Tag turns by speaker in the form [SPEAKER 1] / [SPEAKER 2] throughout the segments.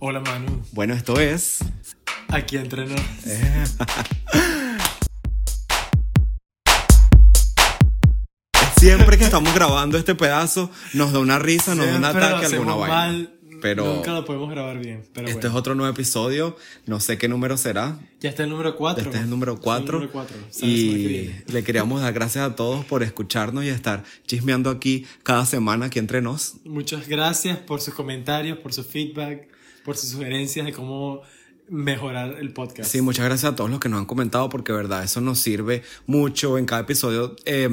[SPEAKER 1] Hola Manu,
[SPEAKER 2] Bueno, esto es.
[SPEAKER 1] aquí entre nos.
[SPEAKER 2] Siempre que estamos grabando este pedazo, nos da una risa, nos da un
[SPEAKER 1] Siempre lo
[SPEAKER 2] ataque, alguna
[SPEAKER 1] hacemos
[SPEAKER 2] vaina.
[SPEAKER 1] mal,
[SPEAKER 2] Pero
[SPEAKER 1] Nunca lo podemos grabar bien. Pero
[SPEAKER 2] este es
[SPEAKER 1] bueno.
[SPEAKER 2] otro nuevo episodio, no sé qué número será.
[SPEAKER 1] Ya está el número 4.
[SPEAKER 2] Este es el número 4.
[SPEAKER 1] número cuatro. Sale la semana que
[SPEAKER 2] Y
[SPEAKER 1] viene.
[SPEAKER 2] le queríamos dar gracias a todos por escucharnos y estar chismeando aquí cada semana aquí entre nos.
[SPEAKER 1] Muchas gracias por sus comentarios, por su feedback, por sus sugerencias de cómo mejorar el podcast.
[SPEAKER 2] Sí, muchas gracias a todos los que nos han comentado porque, verdad, eso nos sirve mucho. En cada episodio eh,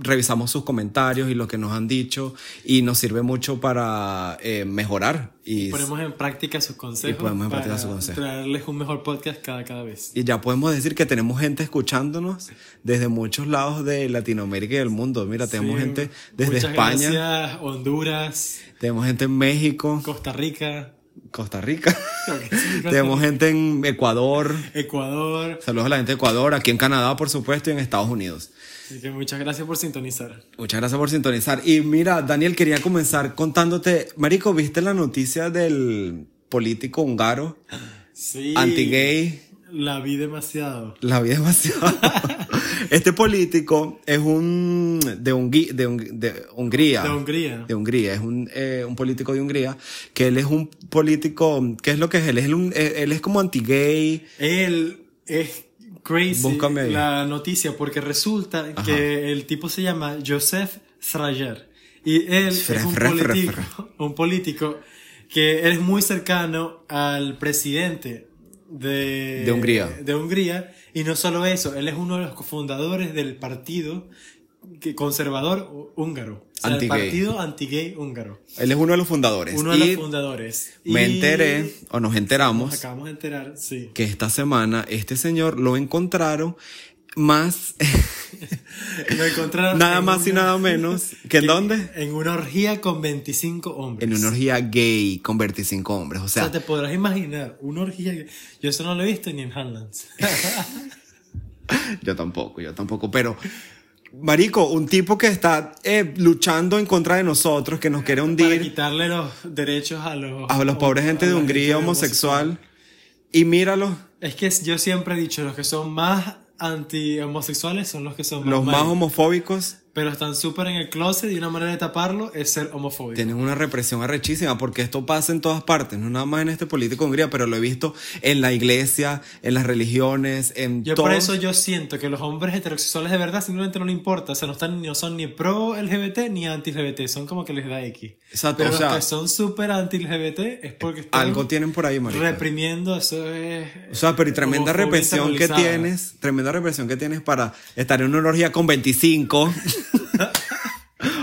[SPEAKER 2] revisamos sus comentarios y lo que nos han dicho y nos sirve mucho para eh, mejorar. Y,
[SPEAKER 1] Ponemos en práctica sus consejos.
[SPEAKER 2] ponemos en
[SPEAKER 1] para
[SPEAKER 2] práctica sus consejos.
[SPEAKER 1] Traerles un mejor podcast cada, cada vez.
[SPEAKER 2] y ya podemos decir que tenemos gente escuchándonos desde muchos lados de Latinoamérica y del mundo. Mira, tenemos
[SPEAKER 1] Sí,
[SPEAKER 2] gente desde
[SPEAKER 1] muchas
[SPEAKER 2] España,
[SPEAKER 1] Gracias, Honduras,
[SPEAKER 2] tenemos gente en México,
[SPEAKER 1] Costa Rica,
[SPEAKER 2] Costa Rica,
[SPEAKER 1] creo que sí,
[SPEAKER 2] tenemos gente en Ecuador.
[SPEAKER 1] Ecuador.
[SPEAKER 2] Saludos a la gente de Ecuador, aquí en Canadá, por supuesto, y en Estados Unidos.
[SPEAKER 1] Así que muchas gracias por sintonizar.
[SPEAKER 2] Muchas gracias por sintonizar. Y mira, Daniel, quería comenzar contándote, Marico, ¿viste la noticia del político húngaro
[SPEAKER 1] Sí.
[SPEAKER 2] anti-gay?
[SPEAKER 1] La vi demasiado.
[SPEAKER 2] La vi demasiado. este político es un de, Hungui- de, Hung- de Hungría.
[SPEAKER 1] De Hungría.
[SPEAKER 2] De Hungría, es un, eh, un político de Hungría, que él es un político, ¿qué es lo que es? Él es, un- eh, él es como anti-gay.
[SPEAKER 1] Él es crazy
[SPEAKER 2] Búscame ahí.
[SPEAKER 1] la noticia porque resulta que el tipo se llama Joseph Schreier y él es
[SPEAKER 2] Schreier,
[SPEAKER 1] un
[SPEAKER 2] Schreier,
[SPEAKER 1] político,
[SPEAKER 2] Schreier.
[SPEAKER 1] un político que es muy cercano al presidente de,
[SPEAKER 2] De Hungría.
[SPEAKER 1] de Hungría y no solo eso, él es uno de los cofundadores del partido que- conservador húngaro, o sea, el
[SPEAKER 2] Anti-gay.
[SPEAKER 1] partido anti-gay húngaro,
[SPEAKER 2] Él es uno de los fundadores.
[SPEAKER 1] uno de los
[SPEAKER 2] Y
[SPEAKER 1] fundadores.
[SPEAKER 2] me
[SPEAKER 1] Y
[SPEAKER 2] enteré, o nos enteramos,
[SPEAKER 1] nos acabamos de enterar, sí.
[SPEAKER 2] que esta semana este señor lo encontraron más,
[SPEAKER 1] Lo encontraron
[SPEAKER 2] nada
[SPEAKER 1] en
[SPEAKER 2] más y
[SPEAKER 1] una-
[SPEAKER 2] nada menos que en dónde?
[SPEAKER 1] En una orgía con 25 hombres.
[SPEAKER 2] En una orgía gay con 25 hombres. O
[SPEAKER 1] O sea,
[SPEAKER 2] sea,
[SPEAKER 1] te podrás imaginar, una orgía. que- Yo eso no lo he visto ni en Hanlands.
[SPEAKER 2] yo tampoco, yo tampoco. Pero, Marico, un tipo que está eh, luchando en contra de nosotros, que nos quiere
[SPEAKER 1] Para
[SPEAKER 2] hundir
[SPEAKER 1] quitarle los derechos a los.
[SPEAKER 2] a los pobres gente
[SPEAKER 1] a
[SPEAKER 2] de
[SPEAKER 1] la
[SPEAKER 2] Hungría homosexual. Y míralo,
[SPEAKER 1] Es que yo siempre he dicho, los que son más anti-homosexuales son los que son
[SPEAKER 2] los más
[SPEAKER 1] mal.
[SPEAKER 2] homofóbicos
[SPEAKER 1] Pero están súper en el closet y una manera de taparlo es ser homofóbico.
[SPEAKER 2] tienen una represión arrechísima porque esto pasa en todas partes, no nada más en este político de Hungría, pero lo he visto en la iglesia, en las religiones, en
[SPEAKER 1] Yo
[SPEAKER 2] todo.
[SPEAKER 1] por eso yo siento que los hombres heterosexuales de verdad simplemente no le importa, o sea, no, están, no son ni pro LGBT ni anti LGBT, son como que les da X.
[SPEAKER 2] Exacto,
[SPEAKER 1] Pero
[SPEAKER 2] o sea,
[SPEAKER 1] los que son súper anti LGBT es porque están
[SPEAKER 2] Algo tienen por ahí, marico.
[SPEAKER 1] reprimiendo, eso es...
[SPEAKER 2] O sea, pero y tremenda
[SPEAKER 1] homofobia
[SPEAKER 2] represión que
[SPEAKER 1] internalizada.
[SPEAKER 2] tienes, tremenda represión que tienes para estar en una orgía con 25.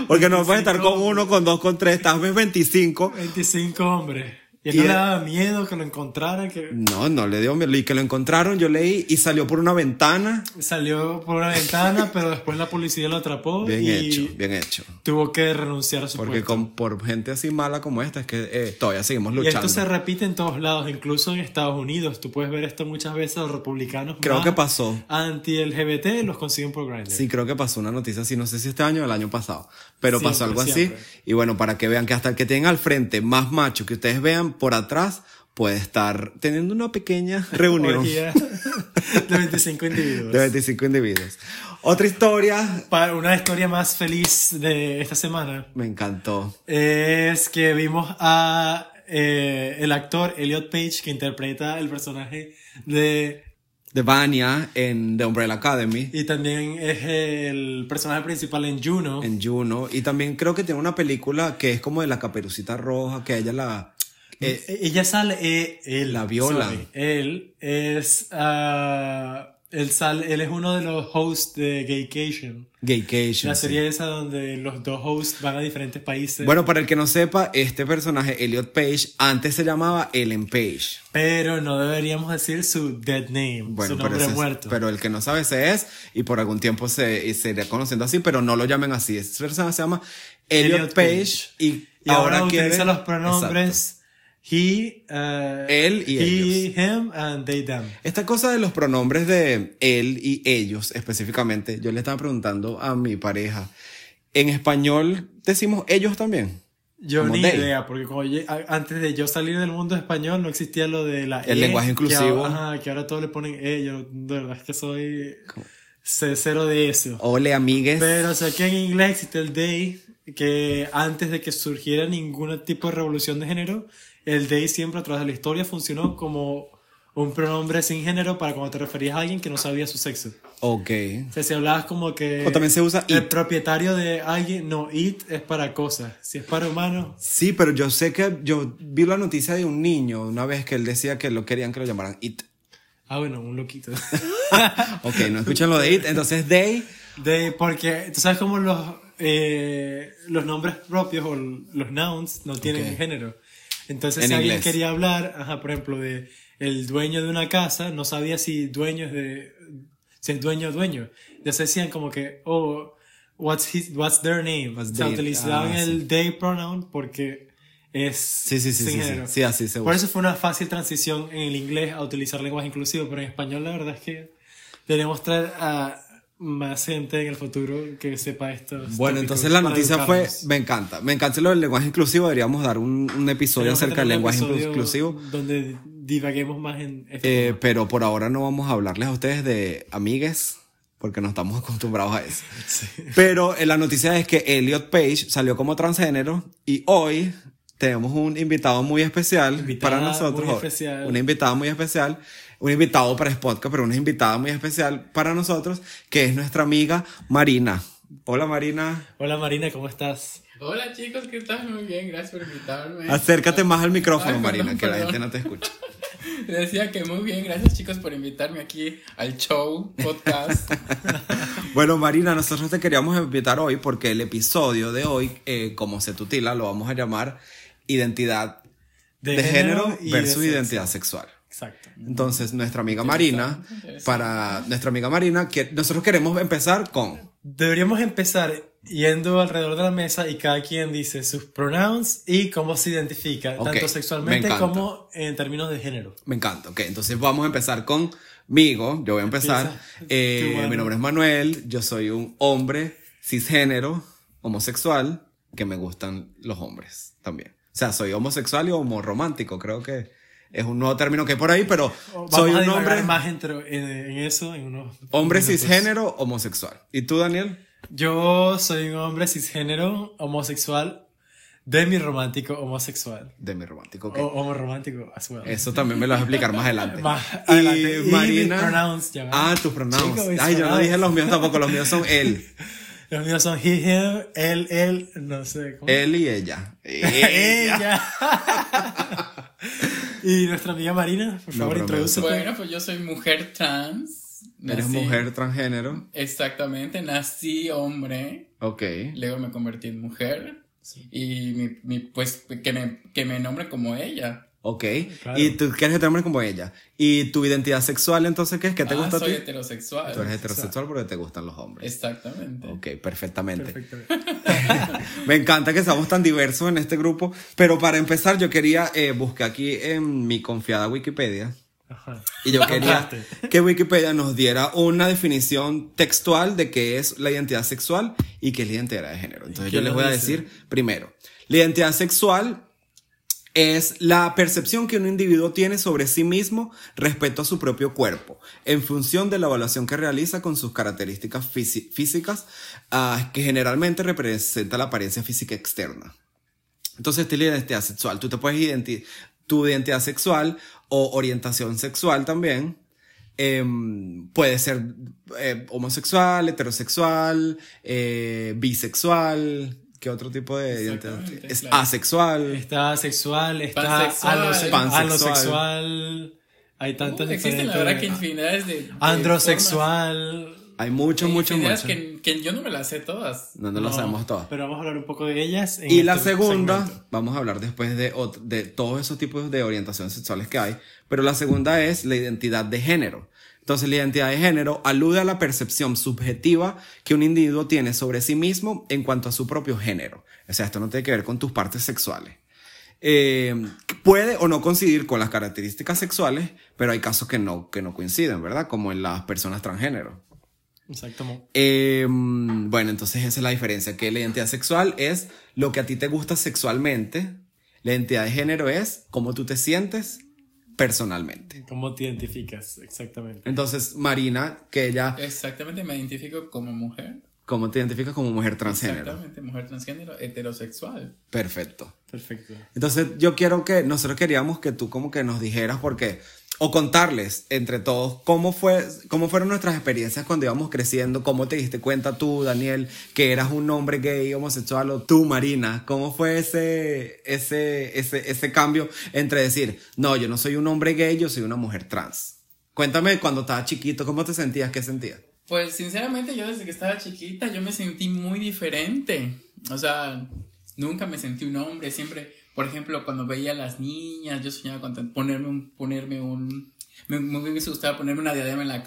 [SPEAKER 2] Porque no puedes estar con uno, con dos, con tres, estás ves 25.
[SPEAKER 1] 25 hombres. Y a
[SPEAKER 2] Y
[SPEAKER 1] él no
[SPEAKER 2] el-
[SPEAKER 1] le daba miedo que lo encontraran, que
[SPEAKER 2] No, no le dio miedo. Y que lo encontraron, yo leí, y salió por una ventana.
[SPEAKER 1] salió por una ventana, pero después la policía lo atrapó
[SPEAKER 2] Bien
[SPEAKER 1] y
[SPEAKER 2] hecho, bien hecho.
[SPEAKER 1] tuvo que renunciar a su
[SPEAKER 2] Porque
[SPEAKER 1] puesto.
[SPEAKER 2] con, por gente así mala como esta es que eh, todavía seguimos
[SPEAKER 1] Y esto
[SPEAKER 2] luchando.
[SPEAKER 1] se repite en todos lados, incluso en Estados Unidos. Tú puedes ver esto muchas veces, los republicanos.
[SPEAKER 2] Creo
[SPEAKER 1] más
[SPEAKER 2] que pasó.
[SPEAKER 1] Anti-LGBT los consiguen por Grindr.
[SPEAKER 2] Sí, creo que pasó una noticia así, no sé si este año o el año pasado, pero pasó algo
[SPEAKER 1] Siempre,
[SPEAKER 2] así.
[SPEAKER 1] siempre.
[SPEAKER 2] Y bueno, para que vean que hasta el que tengan al frente más macho que ustedes vean por atrás puede estar teniendo una pequeña reunión de
[SPEAKER 1] Orgía de 25 individuos.
[SPEAKER 2] 25 individuos. Otra historia,
[SPEAKER 1] Para una historia más feliz de esta semana
[SPEAKER 2] me encantó.
[SPEAKER 1] es que vimos a eh, el actor Elliot Page que interpreta el personaje de
[SPEAKER 2] De Vania en The Umbrella Academy,
[SPEAKER 1] y también es el personaje principal en Juno.
[SPEAKER 2] en Juno, y también creo que tiene una película que es como de la caperucita roja, que ella la... eh,
[SPEAKER 1] Eh, Ella sale. eh, él,
[SPEAKER 2] La viola.
[SPEAKER 1] sorry, él es. ah, él, sale, él es uno de los hosts de Gaycation.
[SPEAKER 2] Gaycation.
[SPEAKER 1] La
[SPEAKER 2] sí.
[SPEAKER 1] serie esa donde los dos hosts van a diferentes países.
[SPEAKER 2] Bueno, para el que no sepa, este personaje, Elliot Page, antes se llamaba Ellen Page.
[SPEAKER 1] Pero no deberíamos decir su dead name,
[SPEAKER 2] Bueno,
[SPEAKER 1] su
[SPEAKER 2] pero,
[SPEAKER 1] nombre
[SPEAKER 2] ese es-
[SPEAKER 1] muerto.
[SPEAKER 2] pero el que no sabe se es, y por algún tiempo se, y se irá conociendo así, pero no lo llamen así. Esta persona se llama Elliot,
[SPEAKER 1] Elliot
[SPEAKER 2] Page,
[SPEAKER 1] Page.
[SPEAKER 2] Y,
[SPEAKER 1] y ahora,
[SPEAKER 2] quiere-
[SPEAKER 1] utiliza los pronombres he, ah,
[SPEAKER 2] Él y
[SPEAKER 1] he,
[SPEAKER 2] ellos.
[SPEAKER 1] him, and they, them.
[SPEAKER 2] Esta cosa de los pronombres de él y ellos específicamente, yo le estaba preguntando a mi pareja, en español decimos ellos también.
[SPEAKER 1] Yo
[SPEAKER 2] como
[SPEAKER 1] ni
[SPEAKER 2] Day.
[SPEAKER 1] idea, porque como yo- a- antes de yo salir del mundo español no existía lo de la
[SPEAKER 2] El
[SPEAKER 1] E,
[SPEAKER 2] lenguaje
[SPEAKER 1] que
[SPEAKER 2] inclusivo.
[SPEAKER 1] ahora- ajá, que ahora todos le ponen E, yo de verdad es que soy
[SPEAKER 2] Como-
[SPEAKER 1] sé cero de eso.
[SPEAKER 2] Ole, amigues.
[SPEAKER 1] Pero sé que en inglés existe el day, que antes de que surgiera ningún tipo de revolución de género, el day siempre a través de la historia funcionó como un pronombre sin género para cuando te referías a alguien que no sabía su sexo.
[SPEAKER 2] Ok.
[SPEAKER 1] O sea, si hablabas como que...
[SPEAKER 2] O también se usa
[SPEAKER 1] El
[SPEAKER 2] it.
[SPEAKER 1] propietario de alguien, no, it es para cosas. Si es para humanos,
[SPEAKER 2] Sí, pero yo sé que yo vi la noticia de un niño una vez que él decía que lo querían que lo llamaran it.
[SPEAKER 1] ah, bueno, un loquito.
[SPEAKER 2] Ok, no escuchan lo de it, entonces day.
[SPEAKER 1] De, porque tú sabes cómo los, eh, los nombres propios o l- los nouns no tienen
[SPEAKER 2] Ok.
[SPEAKER 1] género. Entonces,
[SPEAKER 2] En
[SPEAKER 1] si alguien
[SPEAKER 2] inglés.
[SPEAKER 1] quería hablar, ajá, por ejemplo, de el dueño de una casa, no sabía si dueño es de. si es dueño o dueño. Entonces decían como que, oh, what's, his, what's their name?
[SPEAKER 2] What's
[SPEAKER 1] o sea,
[SPEAKER 2] their-
[SPEAKER 1] utilizaban
[SPEAKER 2] ah, sí.
[SPEAKER 1] el they pronoun porque es.
[SPEAKER 2] Sí, sí, sí,
[SPEAKER 1] sin
[SPEAKER 2] sí, sí,
[SPEAKER 1] género.
[SPEAKER 2] sí, así se
[SPEAKER 1] Por
[SPEAKER 2] usa.
[SPEAKER 1] eso fue una fácil transición en el inglés a utilizar lenguaje inclusivo, pero en español la verdad es que debemos traer a más gente en el futuro que sepa esto.
[SPEAKER 2] Bueno, entonces la noticia fue, me encanta, me encanta lo del lenguaje inclusivo, deberíamos dar un, un episodio acerca del lenguaje inclusivo,
[SPEAKER 1] Donde divaguemos más en este
[SPEAKER 2] Eh, pero por ahora no vamos a hablarles a ustedes de amigues, porque no estamos acostumbrados a eso. Pero eh, la noticia es que Elliot Page salió como transgénero y hoy tenemos un invitado muy especial
[SPEAKER 1] Invitada
[SPEAKER 2] para nosotros.
[SPEAKER 1] muy especial.
[SPEAKER 2] Una invitada muy especial, un invitado para Spotca, pero una invitada muy especial para nosotros, que es nuestra amiga Marina. Hola Marina.
[SPEAKER 1] Hola Marina, ¿cómo estás?
[SPEAKER 3] Hola chicos, ¿qué tal? Muy bien, gracias por invitarme.
[SPEAKER 2] Acércate más al micrófono,
[SPEAKER 3] Ay, perdón,
[SPEAKER 2] Marina, que la
[SPEAKER 3] perdón.
[SPEAKER 2] gente no te escucha.
[SPEAKER 3] Decía que muy bien, gracias chicos por invitarme aquí al show, podcast.
[SPEAKER 2] Bueno, Marina, nosotros te queríamos invitar hoy porque el episodio de hoy, eh, como se tutila, lo vamos a llamar Identidad de, género,
[SPEAKER 1] y de
[SPEAKER 2] versus
[SPEAKER 1] sexo.
[SPEAKER 2] identidad sexual.
[SPEAKER 1] Exacto.
[SPEAKER 2] Entonces, nuestra amiga Marina, para nuestra amiga Marina, que nosotros queremos empezar con
[SPEAKER 1] Deberíamos empezar yendo alrededor de la mesa y cada quien dice sus pronouns y cómo se identifica,
[SPEAKER 2] Ok,
[SPEAKER 1] tanto
[SPEAKER 2] me
[SPEAKER 1] sexualmente
[SPEAKER 2] encanta.
[SPEAKER 1] como en términos de género.
[SPEAKER 2] Me encanta, ok. Entonces vamos a empezar conmigo. Yo voy a empezar.
[SPEAKER 1] Empieza.
[SPEAKER 2] Eh,
[SPEAKER 1] Qué bueno.
[SPEAKER 2] Mi nombre es Manuel. Yo soy un hombre cisgénero, homosexual, que me gustan los hombres también. O sea, soy homosexual y homoromántico. Creo que es un nuevo término que hay por ahí, pero
[SPEAKER 1] Oh, Vamos
[SPEAKER 2] soy
[SPEAKER 1] a
[SPEAKER 2] un
[SPEAKER 1] divagar
[SPEAKER 2] hombre,
[SPEAKER 1] más entre- en, en eso en pues. unos
[SPEAKER 2] hombre
[SPEAKER 1] minutos.
[SPEAKER 2] cisgénero, homosexual. ¿Y tú, Daniel?
[SPEAKER 1] Yo soy un hombre cisgénero, homosexual, demiromántico, homosexual.
[SPEAKER 2] De mi romántico. ok.
[SPEAKER 1] O homoromántico as well.
[SPEAKER 2] Eso también me lo vas a explicar más adelante.
[SPEAKER 1] Más
[SPEAKER 2] y
[SPEAKER 1] adelante. Y mis
[SPEAKER 2] Marina.
[SPEAKER 1] pronouns, ya va.
[SPEAKER 2] ah, tus pronouns.
[SPEAKER 1] Chicos, mis
[SPEAKER 2] Ay, yo no
[SPEAKER 1] pronouns.
[SPEAKER 2] dije los míos tampoco. Los míos son él.
[SPEAKER 1] Los míos son he, him, él, él, no sé cómo.
[SPEAKER 2] Él y ella.
[SPEAKER 1] Ella. y nuestra amiga Marina, por
[SPEAKER 2] No,
[SPEAKER 1] favor,
[SPEAKER 2] bromeo.
[SPEAKER 1] introdúcete.
[SPEAKER 3] bueno, pues yo soy mujer trans.
[SPEAKER 2] Eres
[SPEAKER 3] nací-
[SPEAKER 2] mujer transgénero.
[SPEAKER 3] Exactamente, nací hombre,
[SPEAKER 2] Ok.
[SPEAKER 3] luego me convertí en mujer. Y mi, mi- pues que me, que me nombre como ella.
[SPEAKER 2] Ok.
[SPEAKER 1] Claro.
[SPEAKER 2] Y tú quieres que te nombres como ella. ¿Y tu identidad sexual entonces qué es? ¿Qué te
[SPEAKER 3] Ah,
[SPEAKER 2] gusta a
[SPEAKER 3] soy
[SPEAKER 2] ti?
[SPEAKER 3] heterosexual.
[SPEAKER 2] Tú eres heterosexual porque te gustan los hombres.
[SPEAKER 3] Exactamente.
[SPEAKER 2] Ok, perfectamente.
[SPEAKER 1] Perfecto.
[SPEAKER 2] Me encanta que seamos tan diversos en este grupo. Pero para empezar, yo quería eh, buscar aquí en mi confiada Wikipedia.
[SPEAKER 1] Ajá.
[SPEAKER 2] Y yo quería
[SPEAKER 1] Encontraste.
[SPEAKER 2] que Wikipedia nos diera una definición textual de qué es la identidad sexual y qué es la identidad de género. Entonces
[SPEAKER 1] qué
[SPEAKER 2] yo les
[SPEAKER 1] nos
[SPEAKER 2] voy a
[SPEAKER 1] dice?
[SPEAKER 2] decir primero, la identidad sexual es la percepción que un individuo tiene sobre sí mismo respecto a su propio cuerpo, en función de la evaluación que realiza con sus características fisi- físicas, ah, que generalmente representa la apariencia física externa. Entonces, este tu identidad sexual, tú te puedes identi- tu identidad sexual o orientación sexual también. em, puede ser eh, homosexual, heterosexual, eh, bisexual. ¿Qué otro tipo de identidad?
[SPEAKER 3] Exactamente,
[SPEAKER 2] Es
[SPEAKER 3] claro.
[SPEAKER 2] asexual.
[SPEAKER 1] Está sexual, está
[SPEAKER 3] Pansexual.
[SPEAKER 1] alose-
[SPEAKER 2] Pansexual.
[SPEAKER 1] alosexual. Hay tantas
[SPEAKER 3] Uh, existen la verdad que infinidades de... de
[SPEAKER 1] Androsexual.
[SPEAKER 2] Hay muchos,
[SPEAKER 3] formas,
[SPEAKER 2] muchos,
[SPEAKER 3] infinidades
[SPEAKER 2] muchos.
[SPEAKER 3] Que, que yo no me las sé todas.
[SPEAKER 2] No, no, lo sabemos todas.
[SPEAKER 1] Pero vamos a hablar un poco de ellas. en
[SPEAKER 2] Y la
[SPEAKER 1] este
[SPEAKER 2] segunda,
[SPEAKER 1] segmento.
[SPEAKER 2] vamos a hablar después de, ot- de todos esos tipos de orientaciones sexuales que hay, pero la segunda es la identidad de género. Entonces, la identidad de género alude a la percepción subjetiva que un individuo tiene sobre sí mismo en cuanto a su propio género. O sea, esto no tiene que ver con tus partes sexuales. Eh, puede o no coincidir con las características sexuales, pero hay casos que no, que no coinciden, ¿verdad? Como en las personas transgénero.
[SPEAKER 1] Exactamente.
[SPEAKER 2] Eh, bueno, entonces esa es la diferencia, que la identidad sexual es lo que a ti te gusta sexualmente, la identidad de género es cómo tú te sientes personalmente.
[SPEAKER 1] ¿Cómo te identificas? Exactamente.
[SPEAKER 2] Entonces, Marina, que ella,
[SPEAKER 3] Exactamente, me identifico como mujer.
[SPEAKER 2] ¿cómo te identificas como mujer transgénero?
[SPEAKER 3] Exactamente, mujer transgénero, heterosexual.
[SPEAKER 2] Perfecto.
[SPEAKER 1] Perfecto.
[SPEAKER 2] Entonces, yo quiero que nosotros queríamos que tú como que nos dijeras porque o contarles entre todos cómo fue cómo fueron nuestras experiencias cuando íbamos creciendo, cómo te diste cuenta tú, Daniel, que eras un hombre gay homosexual o tú, Marina, cómo fue ese ese ese ese cambio entre decir, no, yo no soy un hombre gay, yo soy una mujer trans. Cuéntame cuando estabas chiquito, ¿cómo te sentías? ¿Qué sentías?
[SPEAKER 3] Pues sinceramente yo desde que estaba chiquita yo me sentí muy diferente. O sea, nunca me sentí un hombre, siempre, por ejemplo, cuando veía a las niñas, yo soñaba con tan- ponerme un ponerme un me, me hubiese gustado ponerme una diadema en la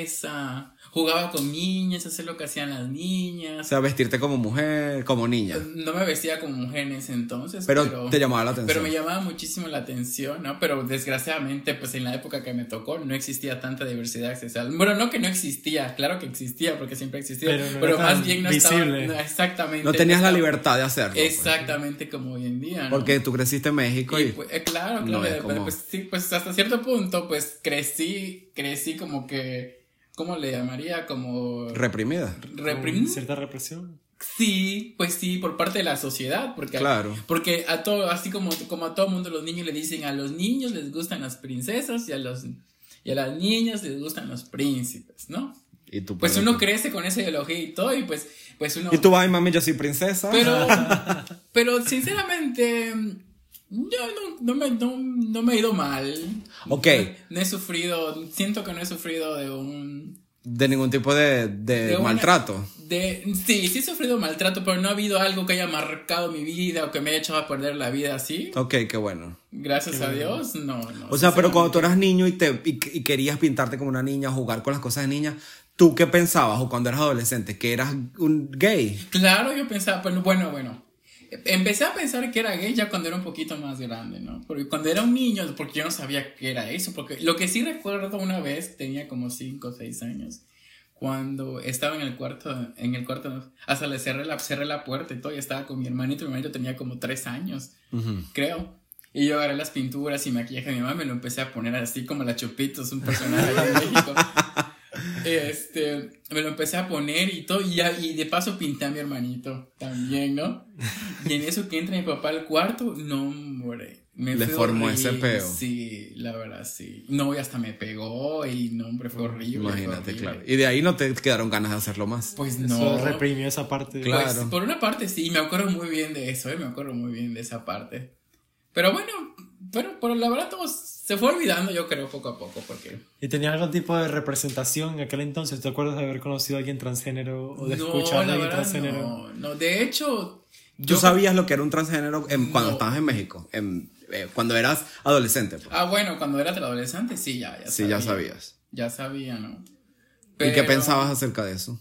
[SPEAKER 3] cabeza, jugaba con niñas, hacer lo que hacían las
[SPEAKER 2] O
[SPEAKER 3] niñas.
[SPEAKER 2] sea, vestirte como mujer, como niña.
[SPEAKER 3] No me vestía como mujer en ese entonces,
[SPEAKER 2] Pero,
[SPEAKER 3] Pues, pero,
[SPEAKER 2] te llamaba la atención.
[SPEAKER 3] pero me llamaba muchísimo la atención, ¿no? Pero desgraciadamente, pues en la época que me tocó, no existía tanta diversidad sexual. Bueno, no que no existía, claro que existía, porque siempre existía,
[SPEAKER 1] Pero
[SPEAKER 3] pero,
[SPEAKER 1] no era tan
[SPEAKER 3] más bien no
[SPEAKER 1] visible.
[SPEAKER 3] estaba. no, exactamente.
[SPEAKER 2] no tenías la
[SPEAKER 3] estaba
[SPEAKER 2] libertad de hacerlo. pues.
[SPEAKER 3] Exactamente como hoy en día, ¿no?
[SPEAKER 2] Porque tú creciste en México
[SPEAKER 3] Y,
[SPEAKER 2] y
[SPEAKER 3] pues, eh, claro,
[SPEAKER 2] No
[SPEAKER 3] claro,
[SPEAKER 2] es
[SPEAKER 3] pero,
[SPEAKER 2] como-
[SPEAKER 3] pues, sí, pues hasta cierto punto, pues crecí, crecí como que, ¿cómo le llamaría? Como
[SPEAKER 2] reprimida.
[SPEAKER 1] Con
[SPEAKER 3] reprimir.
[SPEAKER 1] Cierta represión.
[SPEAKER 3] Sí, pues sí, por parte de la sociedad, porque
[SPEAKER 2] Claro.
[SPEAKER 3] porque a todo, así como, como a todo mundo los niños le dicen, a los niños les gustan las princesas y a los y a las niñas les gustan los príncipes, ¿no?
[SPEAKER 2] Y tú
[SPEAKER 3] Pues
[SPEAKER 2] puedes-
[SPEAKER 3] uno crece con esa ideología y todo y pues pues uno
[SPEAKER 2] Y tú, ay, mami, yo soy princesa.
[SPEAKER 3] pero pero sinceramente yo no, no me, no, no me he ido mal.
[SPEAKER 2] Ok.
[SPEAKER 3] No he sufrido, siento que no he sufrido de un
[SPEAKER 2] De ningún tipo de, de
[SPEAKER 3] De una-
[SPEAKER 2] Eh, maltrato.
[SPEAKER 3] De, sí, sí he sufrido maltrato, pero no ha habido algo que haya marcado mi vida o que me haya echado a perder la vida así.
[SPEAKER 2] Ok, qué bueno.
[SPEAKER 3] Gracias
[SPEAKER 1] Qué
[SPEAKER 3] a
[SPEAKER 1] bueno.
[SPEAKER 3] Dios, no, no.
[SPEAKER 2] O sea, pero cuando tú
[SPEAKER 3] sinceramente.
[SPEAKER 2] eras niño y, te, y, y querías pintarte como una niña, jugar con las cosas de niña, ¿tú qué pensabas? O cuando eras adolescente, que eras un gay.
[SPEAKER 3] Claro, yo pensaba, bueno, bueno, bueno. Empecé a pensar que era gay ya cuando era un poquito más grande, ¿no? Porque cuando era un niño, porque yo no sabía qué era eso, porque lo que sí recuerdo una vez, tenía como 5 o 6 años, cuando estaba en el cuarto, en el cuarto, hasta le cerré la, cerré la puerta y todo, y estaba con mi hermanito, mi hermanito tenía como 3 años. creo. Y yo agarré las pinturas y maquillaje de mi mamá y me lo empecé a poner así como la Chupitos, un personaje de México. Este, me lo empecé a poner y todo, y, ya- y de paso pinté a mi hermanito también, ¿no? Y en eso que entra mi papá al cuarto, no, hombre. Me
[SPEAKER 2] Le
[SPEAKER 3] fue
[SPEAKER 2] formó ese
[SPEAKER 3] horrible,
[SPEAKER 2] peo.
[SPEAKER 3] Sí, la verdad, sí. No, y hasta me pegó y no, hombre, fue horrible. fue
[SPEAKER 2] Imagínate,
[SPEAKER 3] horrible.
[SPEAKER 2] claro. Y de ahí no te quedaron ganas de hacerlo más.
[SPEAKER 3] Pues
[SPEAKER 1] Eso
[SPEAKER 3] no.
[SPEAKER 1] reprimió esa parte.
[SPEAKER 2] Claro.
[SPEAKER 3] Pues, por una parte sí, me acuerdo muy bien de eso, ¿eh? me acuerdo muy bien de esa parte. Pero bueno, pero, pero la verdad todo se fue olvidando yo creo poco a poco porque...
[SPEAKER 1] ¿Y tenías algún tipo de representación en aquel entonces? ¿Te acuerdas de haber conocido a alguien transgénero o de escuchar a
[SPEAKER 3] la
[SPEAKER 1] alguien
[SPEAKER 3] verdad,
[SPEAKER 1] transgénero?
[SPEAKER 3] no, no, de hecho...
[SPEAKER 2] ¿Tú
[SPEAKER 3] yo-
[SPEAKER 2] sabías lo que era un transgénero en- cuando
[SPEAKER 3] No.
[SPEAKER 2] estabas en México? En- eh, cuando eras adolescente. pues.
[SPEAKER 3] Ah, bueno, cuando era adolescente sí, ya, ya
[SPEAKER 2] sí, Ah, ya sabías.
[SPEAKER 3] Ya sabía,
[SPEAKER 2] ¿Y
[SPEAKER 3] ¿no?
[SPEAKER 2] qué
[SPEAKER 3] Pero-
[SPEAKER 2] pensabas acerca de eso?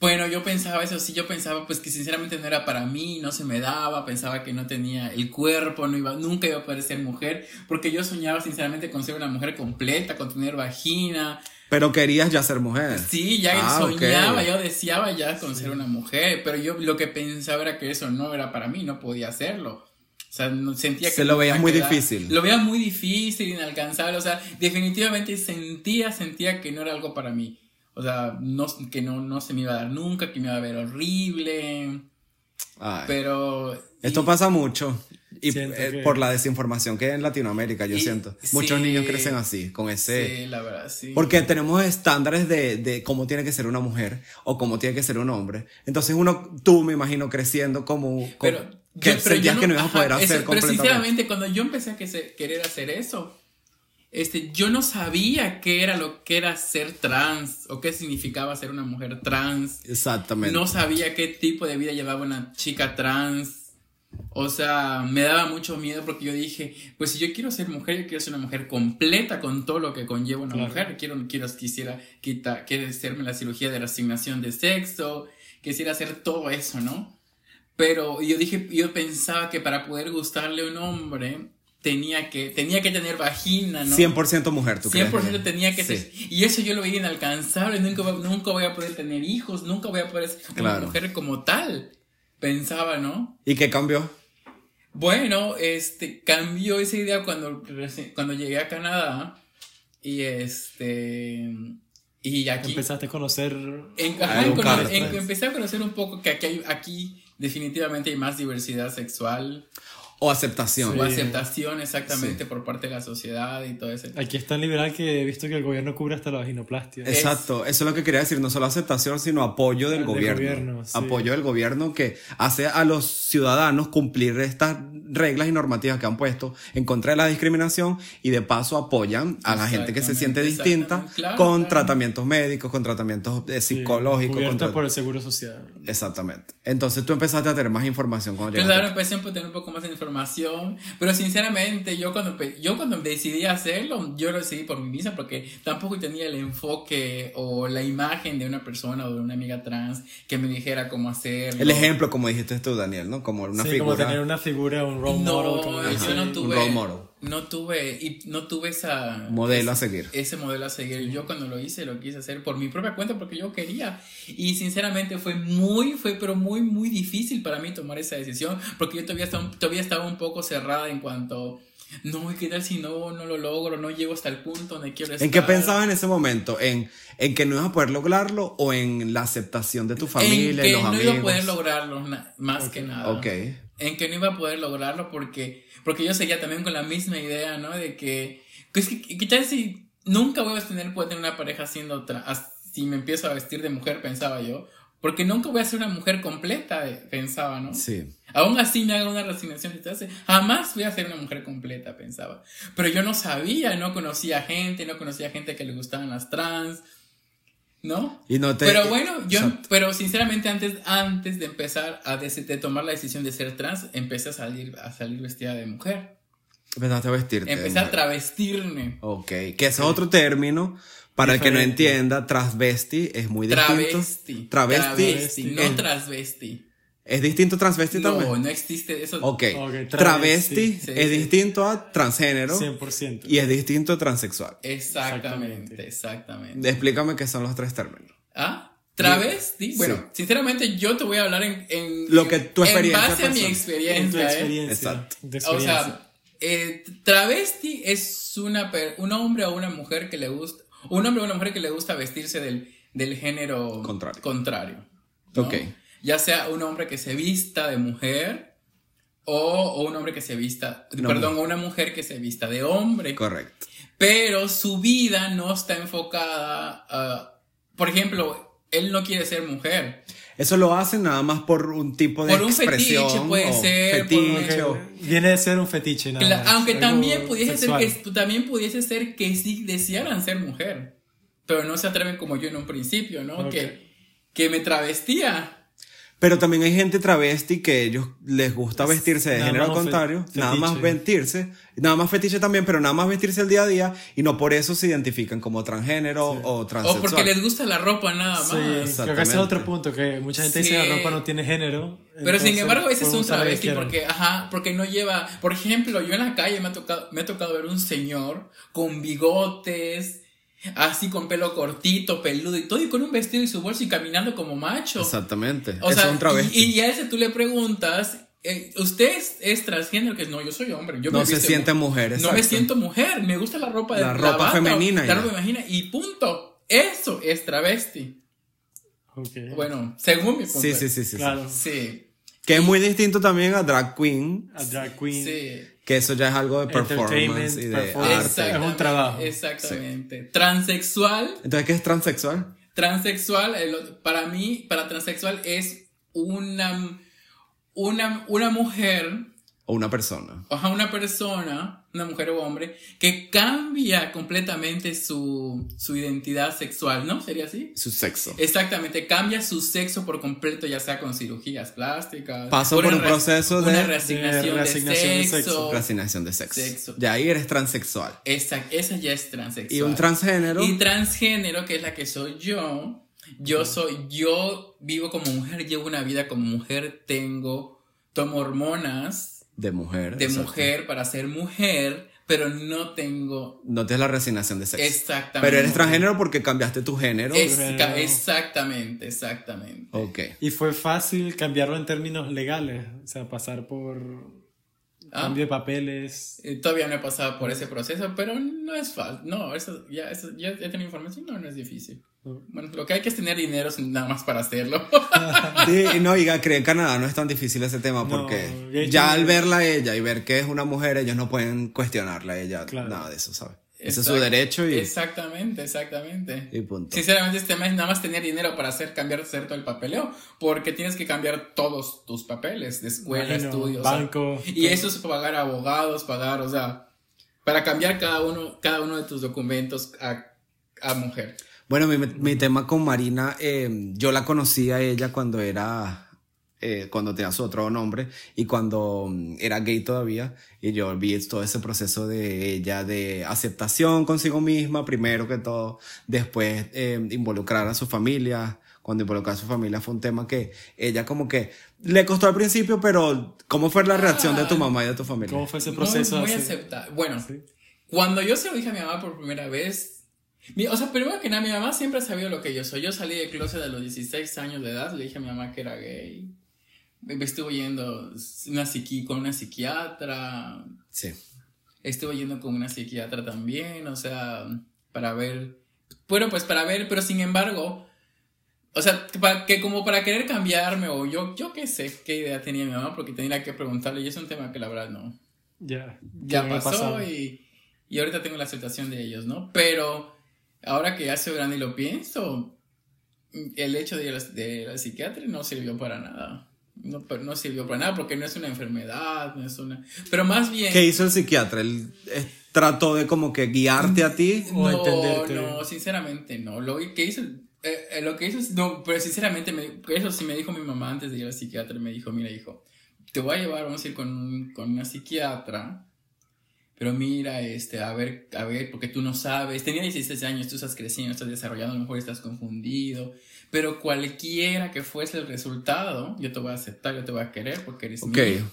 [SPEAKER 3] Bueno, yo pensaba eso, sí, yo pensaba pues que sinceramente no era para mí, no se me daba, pensaba que no tenía el cuerpo, no iba, nunca iba a poder ser mujer, porque yo soñaba sinceramente con ser una mujer completa, con tener vagina,
[SPEAKER 2] Pero querías ya ser mujer.
[SPEAKER 3] Sí, ya
[SPEAKER 2] Ah, ok.
[SPEAKER 3] soñaba, yo deseaba ya con ser una mujer, pero yo lo que pensaba era que eso no era para mí, no podía hacerlo. O sea, no- sentía que...
[SPEAKER 2] Se lo
[SPEAKER 3] no
[SPEAKER 2] veías
[SPEAKER 3] iba a
[SPEAKER 2] muy
[SPEAKER 3] quedar-
[SPEAKER 2] difícil.
[SPEAKER 3] Lo veía muy difícil, inalcanzable, o sea, definitivamente sentía, sentía que no era algo para mí. O sea, no, que no, no se me iba a dar nunca, que me iba a ver horrible,
[SPEAKER 2] Ay.
[SPEAKER 3] pero...
[SPEAKER 2] Esto pasa mucho. Y
[SPEAKER 1] Siento
[SPEAKER 2] eh,
[SPEAKER 1] que-
[SPEAKER 2] por la desinformación que hay en Latinoamérica, yo
[SPEAKER 3] Y-
[SPEAKER 2] siento. Muchos
[SPEAKER 3] sí.
[SPEAKER 2] niños crecen así, con ese...
[SPEAKER 3] Sí, la verdad, sí.
[SPEAKER 2] Porque tenemos estándares de, de cómo tiene que ser una mujer o cómo tiene que ser un hombre. Entonces uno, tú me imagino creciendo como... como-
[SPEAKER 3] pero
[SPEAKER 2] que
[SPEAKER 3] yo- pero
[SPEAKER 2] sentías
[SPEAKER 3] yo no-
[SPEAKER 2] que no ibas a
[SPEAKER 3] ajá,
[SPEAKER 2] poder
[SPEAKER 3] eso,
[SPEAKER 2] hacer
[SPEAKER 3] pero
[SPEAKER 2] completamente.
[SPEAKER 3] sinceramente, cuando yo empecé a que se- querer hacer eso, este, yo no sabía qué era lo que era ser trans o qué significaba ser una mujer trans.
[SPEAKER 2] Exactamente.
[SPEAKER 3] No sabía qué tipo de vida llevaba una chica trans. O sea, me daba mucho miedo porque yo dije, pues si yo quiero ser mujer, yo quiero ser una mujer completa con todo lo que conlleva una
[SPEAKER 1] Claro.
[SPEAKER 3] mujer. Quiero, quiero, quisiera quitar, quiero hacerme la cirugía de resignación de sexo, quisiera hacer todo eso, ¿no? Pero yo dije, yo pensaba que para poder gustarle a un hombre, tenía que, tenía que tener vagina, ¿no?
[SPEAKER 2] 100% mujer, tú crees.
[SPEAKER 3] 100% tenía que
[SPEAKER 2] Sí.
[SPEAKER 3] ser. Y eso yo lo veía inalcanzable. Nunca, va- nunca voy a poder tener hijos. Nunca voy a poder ser una
[SPEAKER 2] Claro.
[SPEAKER 3] mujer como tal. Pensaba, ¿no?
[SPEAKER 2] ¿Y qué cambió?
[SPEAKER 3] Bueno, este, cambió esa idea cuando, reci- cuando llegué a Canadá. Y este. Y aquí.
[SPEAKER 1] Empezaste a conocer.
[SPEAKER 3] en- ajá,
[SPEAKER 2] A
[SPEAKER 3] en
[SPEAKER 2] educar,
[SPEAKER 3] cono- en-
[SPEAKER 1] pues.
[SPEAKER 3] empecé a conocer un poco que aquí, hay- aquí definitivamente hay más diversidad sexual
[SPEAKER 2] O aceptación.
[SPEAKER 1] Sí.
[SPEAKER 3] o aceptación exactamente por parte de la sociedad y todo ese
[SPEAKER 1] Aquí es tan liberal que he visto que el gobierno cubre hasta la vaginoplastia.
[SPEAKER 3] Eh,
[SPEAKER 2] Exacto, eso es lo que quería decir, no solo aceptación, sino apoyo del
[SPEAKER 1] Del
[SPEAKER 2] gobierno.
[SPEAKER 1] gobierno, sí.
[SPEAKER 2] Apoyo del gobierno que hace a los ciudadanos cumplir estas reglas y normativas que han puesto en contra de la discriminación y de paso apoyan a la gente que se siente
[SPEAKER 3] Exactamente,
[SPEAKER 2] distinta
[SPEAKER 3] exactamente, claro,
[SPEAKER 2] con
[SPEAKER 3] claro.
[SPEAKER 2] tratamientos médicos, con tratamientos eh,
[SPEAKER 1] Sí,
[SPEAKER 2] psicológicos. con
[SPEAKER 1] Cubierta
[SPEAKER 2] tra-
[SPEAKER 1] por el seguro social.
[SPEAKER 2] Exactamente. Entonces tú empezaste a tener más información cuando llegaste.
[SPEAKER 3] Claro, empecé a tener un poco más de información, pero sinceramente yo cuando, pe- yo cuando decidí hacerlo, yo lo decidí por mí misma porque tampoco tenía el enfoque o la imagen de una persona o de una amiga trans que me dijera cómo hacerlo.
[SPEAKER 2] El ejemplo, como dijiste tú, Daniel, ¿no? Como una
[SPEAKER 1] sí,
[SPEAKER 2] figura.
[SPEAKER 1] como tener una figura, un role model. como
[SPEAKER 3] No, yo
[SPEAKER 1] dicen.
[SPEAKER 3] no tuve,
[SPEAKER 2] role model.
[SPEAKER 3] no tuve, y no tuve esa...
[SPEAKER 2] Modelo a
[SPEAKER 3] ese-
[SPEAKER 2] seguir.
[SPEAKER 3] Ese modelo a seguir. Yo cuando lo hice, lo quise hacer por mi propia cuenta porque yo quería. Y sinceramente fue muy, fue pero muy, muy difícil para mí tomar esa decisión porque yo todavía estaba, todavía estaba un poco cerrada en cuanto... No, ¿y ¿qué tal si no, no lo logro? No llego hasta el punto donde quiero estar.
[SPEAKER 2] ¿En qué pensabas en ese momento? ¿En, ¿En que no ibas a poder lograrlo o en la aceptación de tu
[SPEAKER 3] en
[SPEAKER 2] familia,
[SPEAKER 3] que
[SPEAKER 2] los
[SPEAKER 3] no
[SPEAKER 2] amigos?
[SPEAKER 3] iba a poder lograrlo, na- más que nada.
[SPEAKER 2] Ok.
[SPEAKER 3] en que no iba a poder lograrlo porque, porque yo seguía también con la misma idea, ¿no? De que, que es que, que tal si nunca voy a tener, puedo tener una pareja siendo otra, si me empiezo a vestir de mujer, pensaba yo, porque nunca voy a ser una mujer completa, eh, pensaba, ¿no?
[SPEAKER 2] Sí.
[SPEAKER 3] Aún así me hago una resignación y te hace, jamás voy a ser una mujer completa, pensaba. Pero yo no sabía, no conocía gente, no conocía gente que le gustaban las trans, ¿no?
[SPEAKER 2] Y no te-
[SPEAKER 3] Pero bueno, yo,
[SPEAKER 2] Exacto.
[SPEAKER 3] pero sinceramente antes, antes de empezar a des- de tomar la decisión de ser trans, empecé a salir, a salir vestida de mujer.
[SPEAKER 2] Empezaste a vestirte.
[SPEAKER 3] Empecé a
[SPEAKER 2] mujer.
[SPEAKER 3] travestirme.
[SPEAKER 2] Ok. Que ese es otro término. Para el que no
[SPEAKER 1] Diferente.
[SPEAKER 2] entienda, transvesti es muy distinto.
[SPEAKER 3] Travesti.
[SPEAKER 2] Travesti.
[SPEAKER 3] no
[SPEAKER 2] Es-
[SPEAKER 3] transvesti.
[SPEAKER 2] ¿Es distinto transvesti
[SPEAKER 3] No,
[SPEAKER 2] también?
[SPEAKER 3] no existe eso.
[SPEAKER 2] Ok.
[SPEAKER 1] Ok,
[SPEAKER 2] Travesti,
[SPEAKER 1] travesti,
[SPEAKER 3] sí,
[SPEAKER 2] es
[SPEAKER 3] sí.
[SPEAKER 2] distinto a transgénero
[SPEAKER 1] 100%.
[SPEAKER 2] y es distinto a transexual.
[SPEAKER 3] Exactamente,
[SPEAKER 1] Exactamente.
[SPEAKER 3] exactamente.
[SPEAKER 2] Explícame qué son los tres términos.
[SPEAKER 3] ¿Ah? Travesti. Bueno,
[SPEAKER 2] Sí.
[SPEAKER 3] sinceramente yo te voy a hablar en, en-
[SPEAKER 2] Lo que tu experiencia,
[SPEAKER 3] En base a mi
[SPEAKER 2] persona.
[SPEAKER 1] En tu
[SPEAKER 3] experiencia. ¿eh?
[SPEAKER 1] experiencia.
[SPEAKER 2] Exacto.
[SPEAKER 1] de
[SPEAKER 3] O
[SPEAKER 1] experiencia.
[SPEAKER 3] sea, eh, travesti es una per- un hombre o una mujer que le gusta, un hombre o una mujer que le gusta vestirse del, del género
[SPEAKER 2] Contrario.
[SPEAKER 3] contrario, ¿no?
[SPEAKER 2] Ok.
[SPEAKER 3] Ya sea un hombre que se vista de mujer o, o un hombre que se vista,
[SPEAKER 2] Una
[SPEAKER 3] perdón, o una mujer que se vista de hombre,
[SPEAKER 2] Correcto.
[SPEAKER 3] pero su vida no está enfocada a, por ejemplo, él no quiere ser mujer.
[SPEAKER 2] Eso lo hacen nada más por un tipo de
[SPEAKER 3] Por un fetiche,
[SPEAKER 2] expresión.
[SPEAKER 3] puede
[SPEAKER 2] o
[SPEAKER 3] ser, por un-
[SPEAKER 2] Fetiche, o-
[SPEAKER 1] Viene de ser un fetiche, nada
[SPEAKER 3] Cla-
[SPEAKER 1] más,
[SPEAKER 3] aunque
[SPEAKER 1] algo
[SPEAKER 3] también pudiese, ser
[SPEAKER 1] sexual.
[SPEAKER 3] que, también pudiese ser que sí desearan ser mujer, pero no se atreven como yo en un principio, ¿no?
[SPEAKER 1] Ok.
[SPEAKER 3] Que, que me travestía.
[SPEAKER 2] Pero también hay gente travesti que ellos les gusta vestirse de
[SPEAKER 1] Nada
[SPEAKER 2] género
[SPEAKER 1] más fe-
[SPEAKER 2] contrario, nada más
[SPEAKER 1] fetiche.
[SPEAKER 2] vestirse, nada más fetiche también, pero nada más vestirse el día a día y no por eso se identifican como transgénero o
[SPEAKER 3] O
[SPEAKER 2] transexual.
[SPEAKER 3] porque les gusta la ropa nada más.
[SPEAKER 1] Sí, creo que ese es
[SPEAKER 2] Exactamente.
[SPEAKER 1] otro punto, que mucha gente dice
[SPEAKER 3] Sí.
[SPEAKER 1] la ropa no tiene género.
[SPEAKER 3] Pero sin
[SPEAKER 1] entonces
[SPEAKER 3] embargo, ese es
[SPEAKER 1] pueden
[SPEAKER 3] un
[SPEAKER 1] usar lo que
[SPEAKER 3] travesti
[SPEAKER 1] quieran.
[SPEAKER 3] porque, ajá, porque no lleva. Por ejemplo, yo en la calle me ha tocado, me ha tocado ver un señor con bigotes, así con pelo cortito, peludo y todo, y con un vestido y su bolso y caminando como macho.
[SPEAKER 2] Exactamente.
[SPEAKER 3] O
[SPEAKER 2] Eso
[SPEAKER 3] sea,
[SPEAKER 2] es un travesti.
[SPEAKER 3] Y, y a ese tú le preguntas, eh, ¿usted es, es transgénero? Que es, no, yo soy hombre. Yo
[SPEAKER 2] no
[SPEAKER 3] me
[SPEAKER 2] se
[SPEAKER 3] visto-
[SPEAKER 2] siente mujer,
[SPEAKER 3] No me
[SPEAKER 2] exacto.
[SPEAKER 3] siento mujer, me gusta la ropa de
[SPEAKER 2] La ropa
[SPEAKER 3] bata,
[SPEAKER 2] femenina,
[SPEAKER 3] La
[SPEAKER 2] ya.
[SPEAKER 3] ropa femenina y punto. Eso es travesti.
[SPEAKER 1] Ok.
[SPEAKER 3] Bueno, según mi punto.
[SPEAKER 2] Sí,
[SPEAKER 3] de-
[SPEAKER 2] sí, sí, sí, sí.
[SPEAKER 1] Claro.
[SPEAKER 3] Sí,
[SPEAKER 2] Que es muy distinto también a drag queen,
[SPEAKER 1] A drag queen.
[SPEAKER 3] sí.
[SPEAKER 2] que eso ya es algo de performance
[SPEAKER 1] Entertainment,
[SPEAKER 2] y de
[SPEAKER 1] performance.
[SPEAKER 2] arte.
[SPEAKER 1] Exacto. Es un trabajo.
[SPEAKER 3] Exactamente. Transexual,
[SPEAKER 2] Entonces, ¿qué es transexual?
[SPEAKER 3] transexual, el otro- para mí, para transexual es una, una, una mujer
[SPEAKER 2] O una persona.
[SPEAKER 3] o sea, una persona, una mujer o hombre, que cambia completamente su, su identidad sexual, ¿no? ¿Sería así?
[SPEAKER 2] Su sexo.
[SPEAKER 3] Exactamente, cambia su sexo por completo, ya sea con cirugías plásticas.
[SPEAKER 2] Pasa por
[SPEAKER 3] una
[SPEAKER 2] un
[SPEAKER 3] re-
[SPEAKER 2] proceso de-
[SPEAKER 3] una
[SPEAKER 2] de
[SPEAKER 3] resignación de,
[SPEAKER 1] resignación de
[SPEAKER 3] sexo.
[SPEAKER 1] sexo.
[SPEAKER 2] Resignación de sexo.
[SPEAKER 3] Sexo.
[SPEAKER 2] Ya ahí eres transexual.
[SPEAKER 3] Esa, esa ya es transexual.
[SPEAKER 2] Y un transgénero.
[SPEAKER 3] Y transgénero, que es la que soy yo, yo soy, yo vivo como mujer, llevo una vida como mujer, tengo, tomo hormonas,
[SPEAKER 2] de mujer.
[SPEAKER 3] de
[SPEAKER 2] exacto.
[SPEAKER 3] mujer para ser mujer, pero no tengo
[SPEAKER 2] No tienes la resignación de sexo.
[SPEAKER 3] exactamente.
[SPEAKER 2] Pero eres transgénero porque cambiaste tu género.
[SPEAKER 3] Es-
[SPEAKER 1] Pero-
[SPEAKER 3] ca- exactamente, exactamente.
[SPEAKER 2] Ok.
[SPEAKER 1] Y fue fácil cambiarlo en términos legales, o sea, pasar por
[SPEAKER 3] Ah,
[SPEAKER 1] cambio de papeles.
[SPEAKER 3] eh, todavía no he pasado por ese proceso, pero no es falso. No, eso, ya, eso, ya he tenido información, no, no es difícil.
[SPEAKER 1] No.
[SPEAKER 3] Bueno, lo que hay que es tener dinero sin- nada más para hacerlo.
[SPEAKER 2] Sí, y no, y creo en Canadá no es tan difícil ese tema
[SPEAKER 1] No,
[SPEAKER 2] porque
[SPEAKER 1] y hay
[SPEAKER 2] ya
[SPEAKER 1] que-
[SPEAKER 2] al verla a ella y ver que es una mujer, ellos no pueden cuestionarla a ella,
[SPEAKER 1] Claro.
[SPEAKER 2] nada de eso, ¿sabes? Ese es su
[SPEAKER 3] Exact-
[SPEAKER 2] derecho y,
[SPEAKER 3] Exactamente, exactamente.
[SPEAKER 2] y punto.
[SPEAKER 3] Sinceramente, este mes nada más tener dinero para hacer cambiar hacer todo el papeleo, porque tienes que cambiar todos tus papeles de escuela,
[SPEAKER 1] Bueno,
[SPEAKER 3] estudios. o sea,
[SPEAKER 1] banco.
[SPEAKER 3] y eso es pagar abogados, pagar, o sea, para cambiar cada uno, cada uno de tus documentos a, a mujer.
[SPEAKER 2] Bueno, mi, mi tema con Marina, eh, yo la conocí a ella cuando era, eh, cuando tenía su otro nombre y cuando mm, era gay todavía. Y yo vi todo ese proceso de ella de aceptación consigo misma, primero que todo, después eh, involucrar a su familia. Cuando involucrar a su familia fue un tema que ella como que le costó al principio, pero ¿cómo fue la reacción de tu mamá y de tu familia?
[SPEAKER 1] ¿Cómo fue ese
[SPEAKER 3] Muy-
[SPEAKER 1] proceso?
[SPEAKER 3] Muy,
[SPEAKER 1] así?
[SPEAKER 3] acepta- Bueno,
[SPEAKER 1] Sí.
[SPEAKER 3] cuando yo se lo dije a mi mamá por primera vez, mi- o sea, primero que nada, mi mamá siempre ha sabido lo que yo soy. Yo salí de closet a los 16 años de edad, le dije a mi mamá que era gay. Me me estuve yendo una psiqui- con una psiquiatra,
[SPEAKER 2] Sí.
[SPEAKER 3] estuve yendo con una psiquiatra también, o sea, para ver, bueno, pues para ver, pero sin embargo, o sea, que, para- que como para querer cambiarme o yo, yo qué sé qué idea tenía mi mamá, porque tenía que preguntarle y es un tema que la verdad no,
[SPEAKER 1] Ya,
[SPEAKER 3] ya
[SPEAKER 1] me
[SPEAKER 3] pasó
[SPEAKER 1] pasaba.
[SPEAKER 3] y, y ahorita tengo la aceptación de ellos, ¿no? Pero ahora que ya soy grande y lo pienso, el hecho de ir a la, de la psiquiatra no sirvió para nada. No, pero no sirvió para nada porque no es una enfermedad, no es una... Pero más bien...
[SPEAKER 2] ¿Qué hizo el psiquiatra? Él eh, trató de como que guiarte a ti.
[SPEAKER 1] o
[SPEAKER 3] no,
[SPEAKER 1] entenderte.
[SPEAKER 3] No, sinceramente no. Lo que hizo, eh, eh, lo que hizo, es- no, pero sinceramente, me- eso sí me dijo mi mamá antes de ir al psiquiatra, me dijo, mira hijo, te voy a llevar, vamos a ir con, un- con una psiquiatra, pero mira, este, a ver, a ver, porque tú no sabes, tenía 16 años, tú estás creciendo, estás desarrollando, a lo mejor estás confundido, pero cualquiera que fuese el resultado, yo te voy a aceptar, yo te voy a querer porque eres
[SPEAKER 2] Ok.
[SPEAKER 3] mío.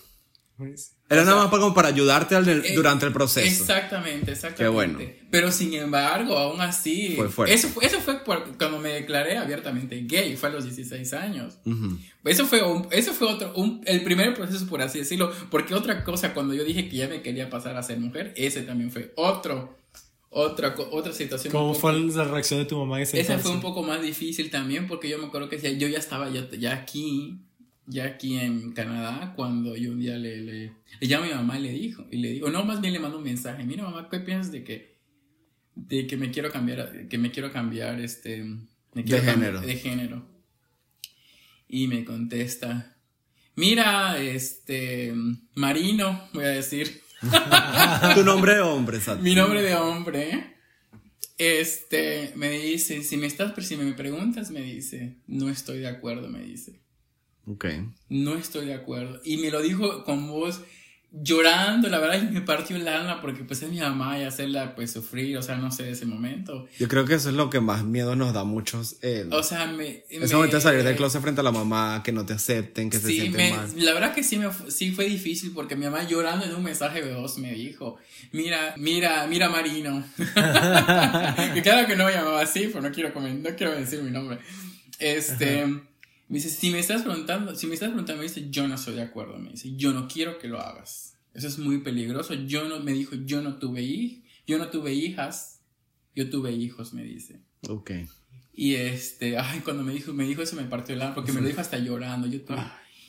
[SPEAKER 2] Era nada
[SPEAKER 3] O sea,
[SPEAKER 2] más para, como para ayudarte al del-
[SPEAKER 3] eh,
[SPEAKER 2] durante el proceso.
[SPEAKER 3] Exactamente, exactamente.
[SPEAKER 2] Qué bueno.
[SPEAKER 3] Pero sin embargo, aún así.
[SPEAKER 2] Fue fuerte.
[SPEAKER 3] Eso, fue- eso fue por- cuando me declaré abiertamente gay, fue a los 16 años.
[SPEAKER 2] Ujú.
[SPEAKER 3] Eso fue, un- eso fue otro, un- el primer proceso, por así decirlo. Porque otra cosa, cuando yo dije que ya me quería pasar a ser mujer, ese también fue otro, otra, co- otra situación. un
[SPEAKER 1] ¿Cómo
[SPEAKER 3] poco-
[SPEAKER 1] fue la reacción de tu mamá en ese
[SPEAKER 3] esa
[SPEAKER 1] entonces?
[SPEAKER 3] fue un poco más difícil también porque yo me acuerdo que ya- yo ya estaba ya, ya aquí, ya aquí en Canadá, cuando yo un día le, le, le llamé a mi mamá y le dijo, y le digo, no, más bien le mando un mensaje, mira mamá, ¿qué piensas de que, de que me quiero cambiar, que me quiero cambiar este, me
[SPEAKER 2] De
[SPEAKER 3] quiero cambiar
[SPEAKER 2] género.
[SPEAKER 3] de género? Y me contesta, mira, este, Marino, voy a decir.
[SPEAKER 2] tu nombre de hombre, exacto.
[SPEAKER 3] Mi nombre de hombre. Este, me dice, si me estás, si me preguntas, me dice, no estoy de acuerdo, me dice,
[SPEAKER 2] Ok.
[SPEAKER 3] no estoy de acuerdo. Y me lo dijo con voz llorando, la verdad, y me partió el alma porque pues es mi mamá y hacerla pues sufrir, o sea, no sé, ese momento.
[SPEAKER 2] Yo creo que eso es lo que más miedo nos da a muchos. eh,
[SPEAKER 3] O sea, me...
[SPEAKER 2] ese
[SPEAKER 3] me-
[SPEAKER 2] momento de salir del closet frente a la mamá, que no te acepten, que se
[SPEAKER 3] Sí,
[SPEAKER 2] sienten
[SPEAKER 3] me-
[SPEAKER 2] mal.
[SPEAKER 3] la verdad que sí, me, fu- sí fue difícil porque mi mamá llorando en un mensaje de voz me dijo, mira, mira, mira Marino. que claro que no me llamaba así, pero no quiero, comen- no quiero decir mi nombre. Este, me dice, si me estás preguntando, si me estás preguntando, me dice, yo no estoy de acuerdo, me dice, yo no quiero que lo hagas. Eso es muy peligroso. Yo no, me dijo, yo no tuve hij- yo no tuve hijas, yo tuve hijos, me dice.
[SPEAKER 2] Ok.
[SPEAKER 3] Y este, ay, cuando me dijo, me dijo eso me partió el alma porque me lo dijo hasta llorando. Yo tuve-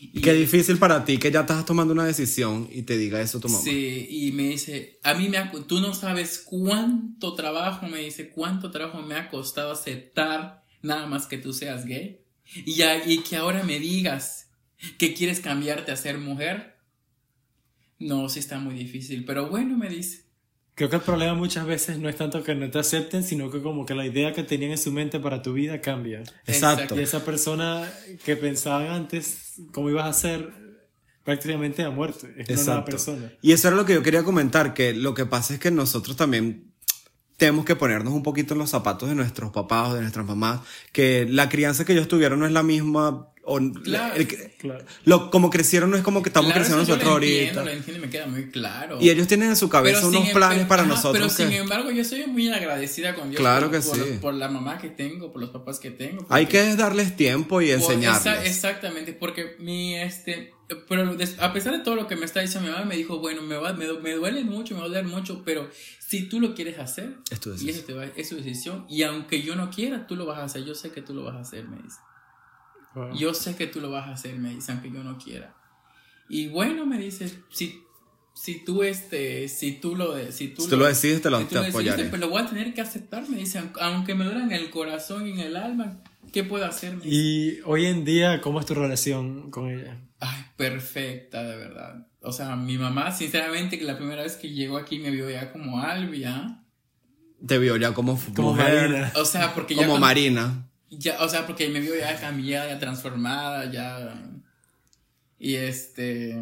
[SPEAKER 3] y-
[SPEAKER 2] Ah, Qué difícil para ti que ya estás tomando una decisión y te diga eso tu mamá.
[SPEAKER 3] Sí, y me dice, a mí me ha, tú no sabes cuánto trabajo, me dice, cuánto trabajo me ha costado aceptar nada más que tú seas gay. Y, a- y que ahora me digas que quieres cambiarte a ser mujer. No, sí está muy difícil, pero bueno, me dice.
[SPEAKER 1] Creo que el problema muchas veces no es tanto que no te acepten, sino que como que la idea que tenían en su mente para tu vida cambia.
[SPEAKER 2] Exacto.
[SPEAKER 1] Y esa persona que pensaban antes cómo ibas a ser, prácticamente ha muerto. Es una nueva
[SPEAKER 2] Exacto.
[SPEAKER 1] persona.
[SPEAKER 2] Y eso era lo que yo quería comentar, que lo que pasa es que nosotros también tenemos que ponernos un poquito en los zapatos de nuestros papás o de nuestras mamás, que la crianza que ellos tuvieron no es la misma o-
[SPEAKER 3] Claro.
[SPEAKER 2] el que-
[SPEAKER 1] Claro.
[SPEAKER 2] lo- como crecieron no es como que estamos
[SPEAKER 3] Claro,
[SPEAKER 2] creciendo
[SPEAKER 3] eso yo
[SPEAKER 2] nosotros
[SPEAKER 3] lo entiendo,
[SPEAKER 2] ahorita.
[SPEAKER 3] Lo entiendo y me queda muy claro.
[SPEAKER 2] Y ellos tienen en su cabeza
[SPEAKER 3] Pero sin
[SPEAKER 2] unos
[SPEAKER 3] em-
[SPEAKER 2] planes
[SPEAKER 3] pero-
[SPEAKER 2] para
[SPEAKER 3] ajá,
[SPEAKER 2] nosotros.
[SPEAKER 3] Pero
[SPEAKER 2] que-
[SPEAKER 3] sin em- embargo, yo soy muy agradecida con Dios.
[SPEAKER 2] Claro
[SPEAKER 3] por,
[SPEAKER 2] que
[SPEAKER 3] por-
[SPEAKER 2] sí.
[SPEAKER 3] Por la mamá que tengo, por los papás que tengo.
[SPEAKER 2] Hay
[SPEAKER 3] porque-
[SPEAKER 2] que darles tiempo y
[SPEAKER 3] por-
[SPEAKER 2] enseñarles.
[SPEAKER 3] exa- exactamente, porque mi este. Pero des- a pesar de todo lo que me está diciendo mi mamá, me dijo, bueno, me, va, me, du- me duele mucho, me va a doler mucho, pero si tú lo quieres hacer,
[SPEAKER 2] Es tu
[SPEAKER 3] y
[SPEAKER 2] decisión.
[SPEAKER 3] eso te va, es tu decisión, y aunque yo no quiera, tú lo vas a hacer, yo sé que tú lo vas a hacer, me dice.
[SPEAKER 1] Wow.
[SPEAKER 3] Yo sé que tú lo vas a hacer, me dice, aunque yo no quiera. Y bueno, me dice, si, si tú este, si tú lo, de- si tú
[SPEAKER 2] Si tú lo decides, te lo
[SPEAKER 3] si tú
[SPEAKER 2] te
[SPEAKER 3] lo decidiste,
[SPEAKER 2] apoyaré.
[SPEAKER 3] pues lo voy a tener que aceptar, me dice, aunque- aunque me duela en el corazón y en el alma, ¿qué puedo hacer? Me dice.
[SPEAKER 1] Y hoy en día, ¿cómo es tu relación con ella?
[SPEAKER 3] Ay, perfecta, de verdad. O sea, mi mamá, sinceramente, que la primera vez que llegó aquí me vio ya como Albia.
[SPEAKER 2] Te vio ya como, f-
[SPEAKER 1] Como
[SPEAKER 2] mujer,
[SPEAKER 1] Marina.
[SPEAKER 3] O sea, porque ya
[SPEAKER 2] Como
[SPEAKER 3] cuando-
[SPEAKER 2] Marina.
[SPEAKER 3] Ya, o sea, porque me vio ya cambiada, ya transformada, ya. Y este.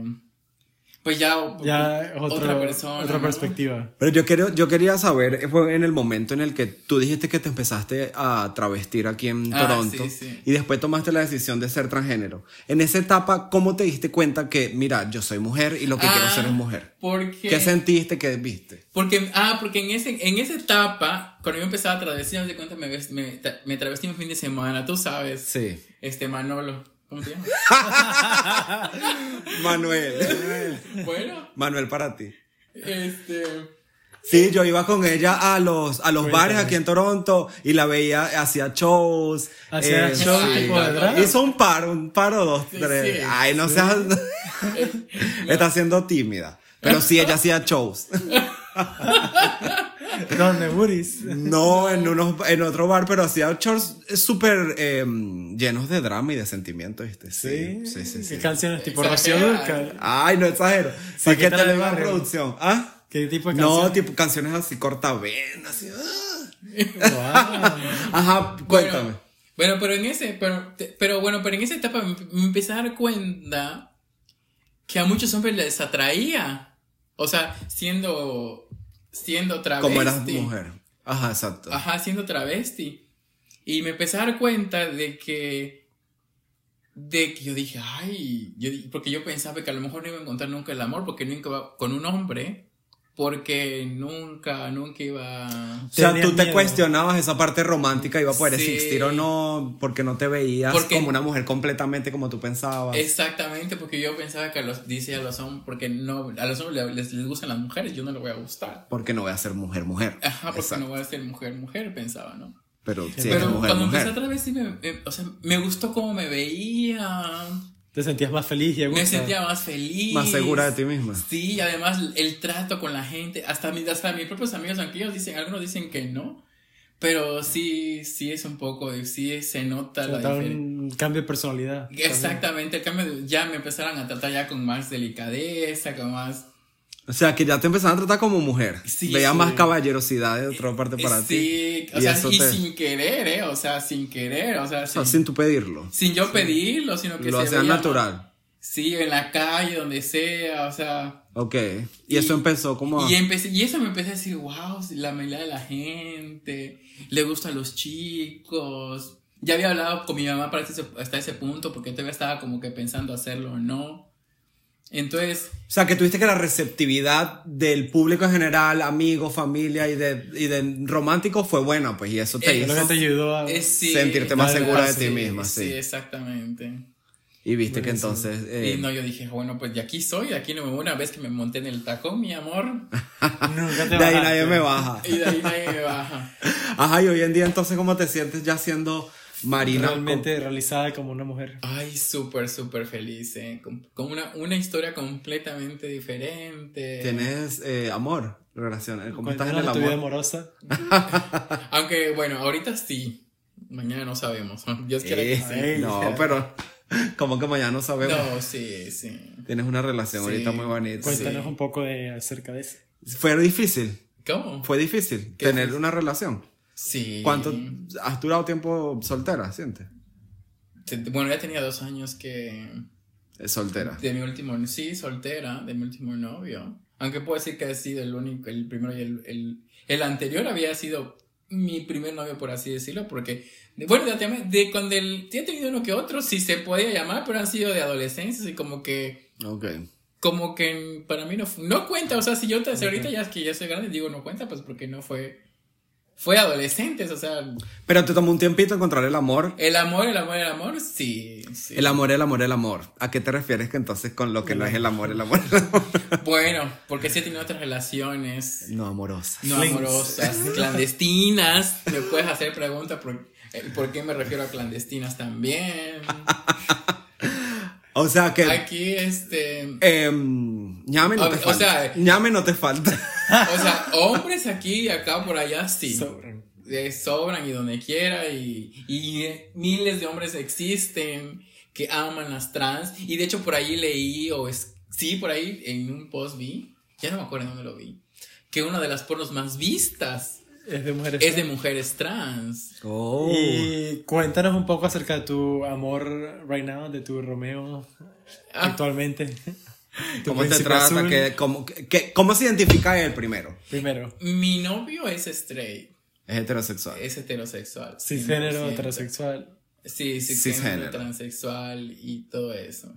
[SPEAKER 3] Pues ya.
[SPEAKER 1] Ya es otro-
[SPEAKER 3] otra persona.
[SPEAKER 1] Otra
[SPEAKER 3] ¿no?
[SPEAKER 1] perspectiva.
[SPEAKER 2] Pero yo, quiero, yo quería saber, fue en el momento en el que tú dijiste que te empezaste a travestir aquí en
[SPEAKER 3] Ah,
[SPEAKER 2] Toronto
[SPEAKER 3] sí, sí.
[SPEAKER 2] y después tomaste la decisión de ser transgénero. En esa etapa, ¿cómo te diste cuenta que, mira, yo soy mujer y lo que quiero
[SPEAKER 3] Ah,
[SPEAKER 2] ser es mujer?
[SPEAKER 3] Porque.
[SPEAKER 2] ¿Qué sentiste que viste?
[SPEAKER 3] Porque, ah, porque en, ese, en esa etapa, cuando yo empezaba a travestir, no sé cuenta, me, ves- me, tra- me travestí un fin de semana, tú sabes.
[SPEAKER 2] Sí.
[SPEAKER 3] Este, Manolo. ¿Cómo te llamas?
[SPEAKER 2] Manuel.
[SPEAKER 3] bueno,
[SPEAKER 2] Manuel para ti.
[SPEAKER 3] este.
[SPEAKER 2] Sí, yo iba con ella a los, a los
[SPEAKER 1] Cuéntame.
[SPEAKER 2] bares aquí en Toronto y la veía, hacía shows. eh,
[SPEAKER 1] Hacía shows
[SPEAKER 3] sí.
[SPEAKER 1] tipo de drag.
[SPEAKER 2] Hizo un par, un par o dos,
[SPEAKER 3] Sí,
[SPEAKER 2] tres.
[SPEAKER 3] sí.
[SPEAKER 2] Ay, no seas. Está siendo tímida. Pero sí, ella hacía shows.
[SPEAKER 1] ¿Dónde, Buris?
[SPEAKER 2] No en, unos, en otro bar, pero hacía shows súper eh, llenos de drama y de sentimientos, ¿viste? Sí, sí, sí. sí.
[SPEAKER 1] ¿Qué canciones? Tipo Rocío
[SPEAKER 3] Exagera.
[SPEAKER 1] Dúrcal.
[SPEAKER 2] Ay, no exagero. Sí, que
[SPEAKER 1] Paquita
[SPEAKER 2] te
[SPEAKER 1] la
[SPEAKER 2] le
[SPEAKER 1] del
[SPEAKER 2] va
[SPEAKER 1] barrio.
[SPEAKER 2] producción. ¿Ah?
[SPEAKER 1] ¿Qué tipo de
[SPEAKER 2] No,
[SPEAKER 1] canciones?
[SPEAKER 2] tipo canciones así cortavenas, así. ah.
[SPEAKER 1] Wow.
[SPEAKER 2] Ajá, cuéntame.
[SPEAKER 3] Bueno, Bueno, pero en ese, pero, te- pero bueno, pero en esa etapa me, me empecé a dar cuenta que a muchos hombres les atraía. O sea, siendo, siendo travesti.
[SPEAKER 2] Como eras mujer. Ajá, exacto.
[SPEAKER 3] este, Ajá, siendo travesti. Y me empecé a dar cuenta de que, de que yo dije, ay, yo di- porque yo pensaba que a lo mejor no iba a encontrar nunca el amor, porque nunca iba con un hombre, porque nunca, nunca iba...
[SPEAKER 2] O sea,
[SPEAKER 1] Tenías
[SPEAKER 2] tú te
[SPEAKER 1] miedo.
[SPEAKER 2] cuestionabas esa parte romántica, iba a poder
[SPEAKER 3] Sí.
[SPEAKER 2] existir o no, porque no te veías
[SPEAKER 3] Porque-
[SPEAKER 2] como una mujer completamente como tú pensabas.
[SPEAKER 3] Exactamente, porque yo pensaba que a los dice a los hombres, porque no, a los hombres les, les gustan las mujeres, yo no le voy a gustar.
[SPEAKER 2] Porque no voy a ser mujer, mujer.
[SPEAKER 3] Ajá, porque
[SPEAKER 2] Exacto.
[SPEAKER 3] no voy a ser mujer, mujer, pensaba, ¿no?
[SPEAKER 2] Pero si eres
[SPEAKER 3] Pero
[SPEAKER 2] mujer,
[SPEAKER 3] cuando
[SPEAKER 2] mujer.
[SPEAKER 3] empecé otra vez, sí me, me- o sea, me gustó cómo me veía,
[SPEAKER 1] Te sentías más feliz y a
[SPEAKER 3] me
[SPEAKER 1] gusto.
[SPEAKER 3] sentía más feliz.
[SPEAKER 2] Más segura de ti misma.
[SPEAKER 3] Sí, y además el trato con la gente, hasta, mi- hasta mis propios amigos, aunque ellos dicen, algunos dicen que no, pero sí, sí es un poco, de- sí se nota la
[SPEAKER 1] Te da
[SPEAKER 3] diferencia.
[SPEAKER 1] un cambio de personalidad. también.
[SPEAKER 3] Exactamente, el cambio de- ya me empezaron a tratar ya con más delicadeza, con más...
[SPEAKER 2] O sea, que ya te empezaban a tratar como mujer.
[SPEAKER 3] Sí,
[SPEAKER 2] Veía
[SPEAKER 3] sí. Eh,
[SPEAKER 2] más caballerosidad de otra parte para ti.
[SPEAKER 3] sí, o
[SPEAKER 2] Y
[SPEAKER 3] sea,
[SPEAKER 2] eso
[SPEAKER 3] y
[SPEAKER 2] te-
[SPEAKER 3] sin querer, ¿eh? O sea, sin querer, o sea,
[SPEAKER 2] O sea,
[SPEAKER 3] sin,
[SPEAKER 2] sin tú pedirlo.
[SPEAKER 3] sin yo pedirlo, sino que
[SPEAKER 2] Lo
[SPEAKER 3] se
[SPEAKER 2] hacían
[SPEAKER 3] veía-
[SPEAKER 2] natural.
[SPEAKER 3] Sí, en la calle, donde sea, o sea...
[SPEAKER 2] Ok. Y, eso empezó como... a-
[SPEAKER 3] Y, empecé, y eso me empecé a decir, wow, la melodía de la gente, le gusta a los chicos. Ya había hablado con mi mamá para ese- hasta ese punto, porque todavía estaba como que pensando hacerlo o no. Entonces,
[SPEAKER 2] O sea, que tuviste que la receptividad del público en general, amigos, familia y de, y de romántico fue buena, pues, y eso te
[SPEAKER 3] Eh,
[SPEAKER 1] Es
[SPEAKER 2] hizo.
[SPEAKER 1] Lo que te ayudó a...
[SPEAKER 3] eh, sí,
[SPEAKER 2] sentirte más
[SPEAKER 3] tal-
[SPEAKER 2] segura de
[SPEAKER 3] sí,
[SPEAKER 2] ti misma, sí.
[SPEAKER 3] Sí, exactamente.
[SPEAKER 2] Y viste que
[SPEAKER 1] Buenísimo.
[SPEAKER 2] entonces. eh,
[SPEAKER 3] Y no, yo dije, bueno, pues de aquí soy, de aquí no me voy una vez que me monté en el tacón, mi amor.
[SPEAKER 1] Nunca te
[SPEAKER 2] de ahí
[SPEAKER 1] bajaste.
[SPEAKER 2] nadie me baja.
[SPEAKER 3] Y de ahí nadie me baja.
[SPEAKER 2] Ajá, y hoy en día, entonces, ¿cómo te sientes ya siendo Marina?
[SPEAKER 1] Realmente realizada como una mujer.
[SPEAKER 3] Ay, súper, súper feliz, ¿eh? Con, con una, una historia completamente diferente.
[SPEAKER 2] Con- ¿Tienes eh, amor? Relación, eh, ¿Cómo estás en el
[SPEAKER 1] Cuéntanos de tu vida
[SPEAKER 2] amor?
[SPEAKER 1] amorosa.
[SPEAKER 3] Aunque, bueno, ahorita sí. Mañana no sabemos. Dios quiera que
[SPEAKER 2] Eh,
[SPEAKER 3] sí.
[SPEAKER 1] Ay,
[SPEAKER 2] no,
[SPEAKER 1] ya.
[SPEAKER 2] pero. Como que mañana no sabemos.
[SPEAKER 3] No, sí, sí.
[SPEAKER 2] Tienes una relación
[SPEAKER 3] Sí.
[SPEAKER 2] ahorita muy bonita.
[SPEAKER 1] Cuéntanos
[SPEAKER 3] Sí.
[SPEAKER 1] un poco de, acerca de eso.
[SPEAKER 2] Fue difícil.
[SPEAKER 3] ¿Cómo?
[SPEAKER 2] Fue difícil
[SPEAKER 3] ¿Qué
[SPEAKER 2] tener
[SPEAKER 3] fue?
[SPEAKER 2] una relación.
[SPEAKER 3] Sí.
[SPEAKER 2] ¿Cuánto has durado tiempo soltera? Sientes.
[SPEAKER 3] Te- Bueno, ya tenía dos años que...
[SPEAKER 2] Eh, Soltera.
[SPEAKER 3] De mi último, sí, soltera, de mi último novio. Aunque puedo decir que ha sido el único, el primero y el, el, el anterior había sido mi primer novio, por así decirlo, porque, de- bueno, de, de cuando el, sí he tenido uno que otro, sí se podía llamar, pero han sido de adolescencia, y como que,
[SPEAKER 2] Ok.
[SPEAKER 3] como que para mí no, fu- no cuenta, o sea, si yo te, si ahorita ya es que ya soy grande, digo no cuenta, pues porque no fue, fue adolescentes, o sea,
[SPEAKER 2] Pero te tomó un tiempito encontrar el amor.
[SPEAKER 3] el amor, el amor, el amor, sí, sí.
[SPEAKER 2] El amor, el amor, el amor. ¿A qué te refieres que entonces con lo que no es el amor, el amor? el amor?
[SPEAKER 3] Bueno, porque sí he tenido otras relaciones.
[SPEAKER 2] No amorosa.
[SPEAKER 3] no
[SPEAKER 1] Flings.
[SPEAKER 3] amorosas, clandestinas. Me puedes hacer preguntas por, eh, por qué me refiero a clandestinas también.
[SPEAKER 2] O sea que...
[SPEAKER 3] Aquí, este.
[SPEAKER 2] em, ñame no
[SPEAKER 3] O-
[SPEAKER 2] te
[SPEAKER 3] o
[SPEAKER 2] falta.
[SPEAKER 3] sea- eh.
[SPEAKER 2] ñame no te falta.
[SPEAKER 3] O sea, hombres aquí, acá, por allá, sí.
[SPEAKER 1] Sobran.
[SPEAKER 3] Eh, sobran y donde quiera. Y, y, eh, miles de hombres existen que aman las trans. Y de hecho, por ahí leí, o es, sí, por ahí en un post vi, ya no me acuerdo dónde lo vi, que una de las pornos más vistas
[SPEAKER 1] Es de mujeres. Uh.
[SPEAKER 3] es de mujeres trans.
[SPEAKER 2] Oh.
[SPEAKER 1] Y cuéntanos un poco acerca de tu amor right now, de tu Romeo
[SPEAKER 3] Ah.
[SPEAKER 1] actualmente. Tu
[SPEAKER 2] ¿Cómo te
[SPEAKER 1] príncipe
[SPEAKER 2] trata?
[SPEAKER 1] azul.
[SPEAKER 2] ¿Qué- cómo, qué- cómo se identifica él primero?
[SPEAKER 1] Primero,
[SPEAKER 3] Mi novio es straight,
[SPEAKER 2] Es heterosexual.
[SPEAKER 3] es heterosexual.
[SPEAKER 1] cisgénero,
[SPEAKER 3] 100%.
[SPEAKER 1] heterosexual.
[SPEAKER 3] Sí,
[SPEAKER 2] Cisgénero.
[SPEAKER 3] cisgénero, transexual y todo eso.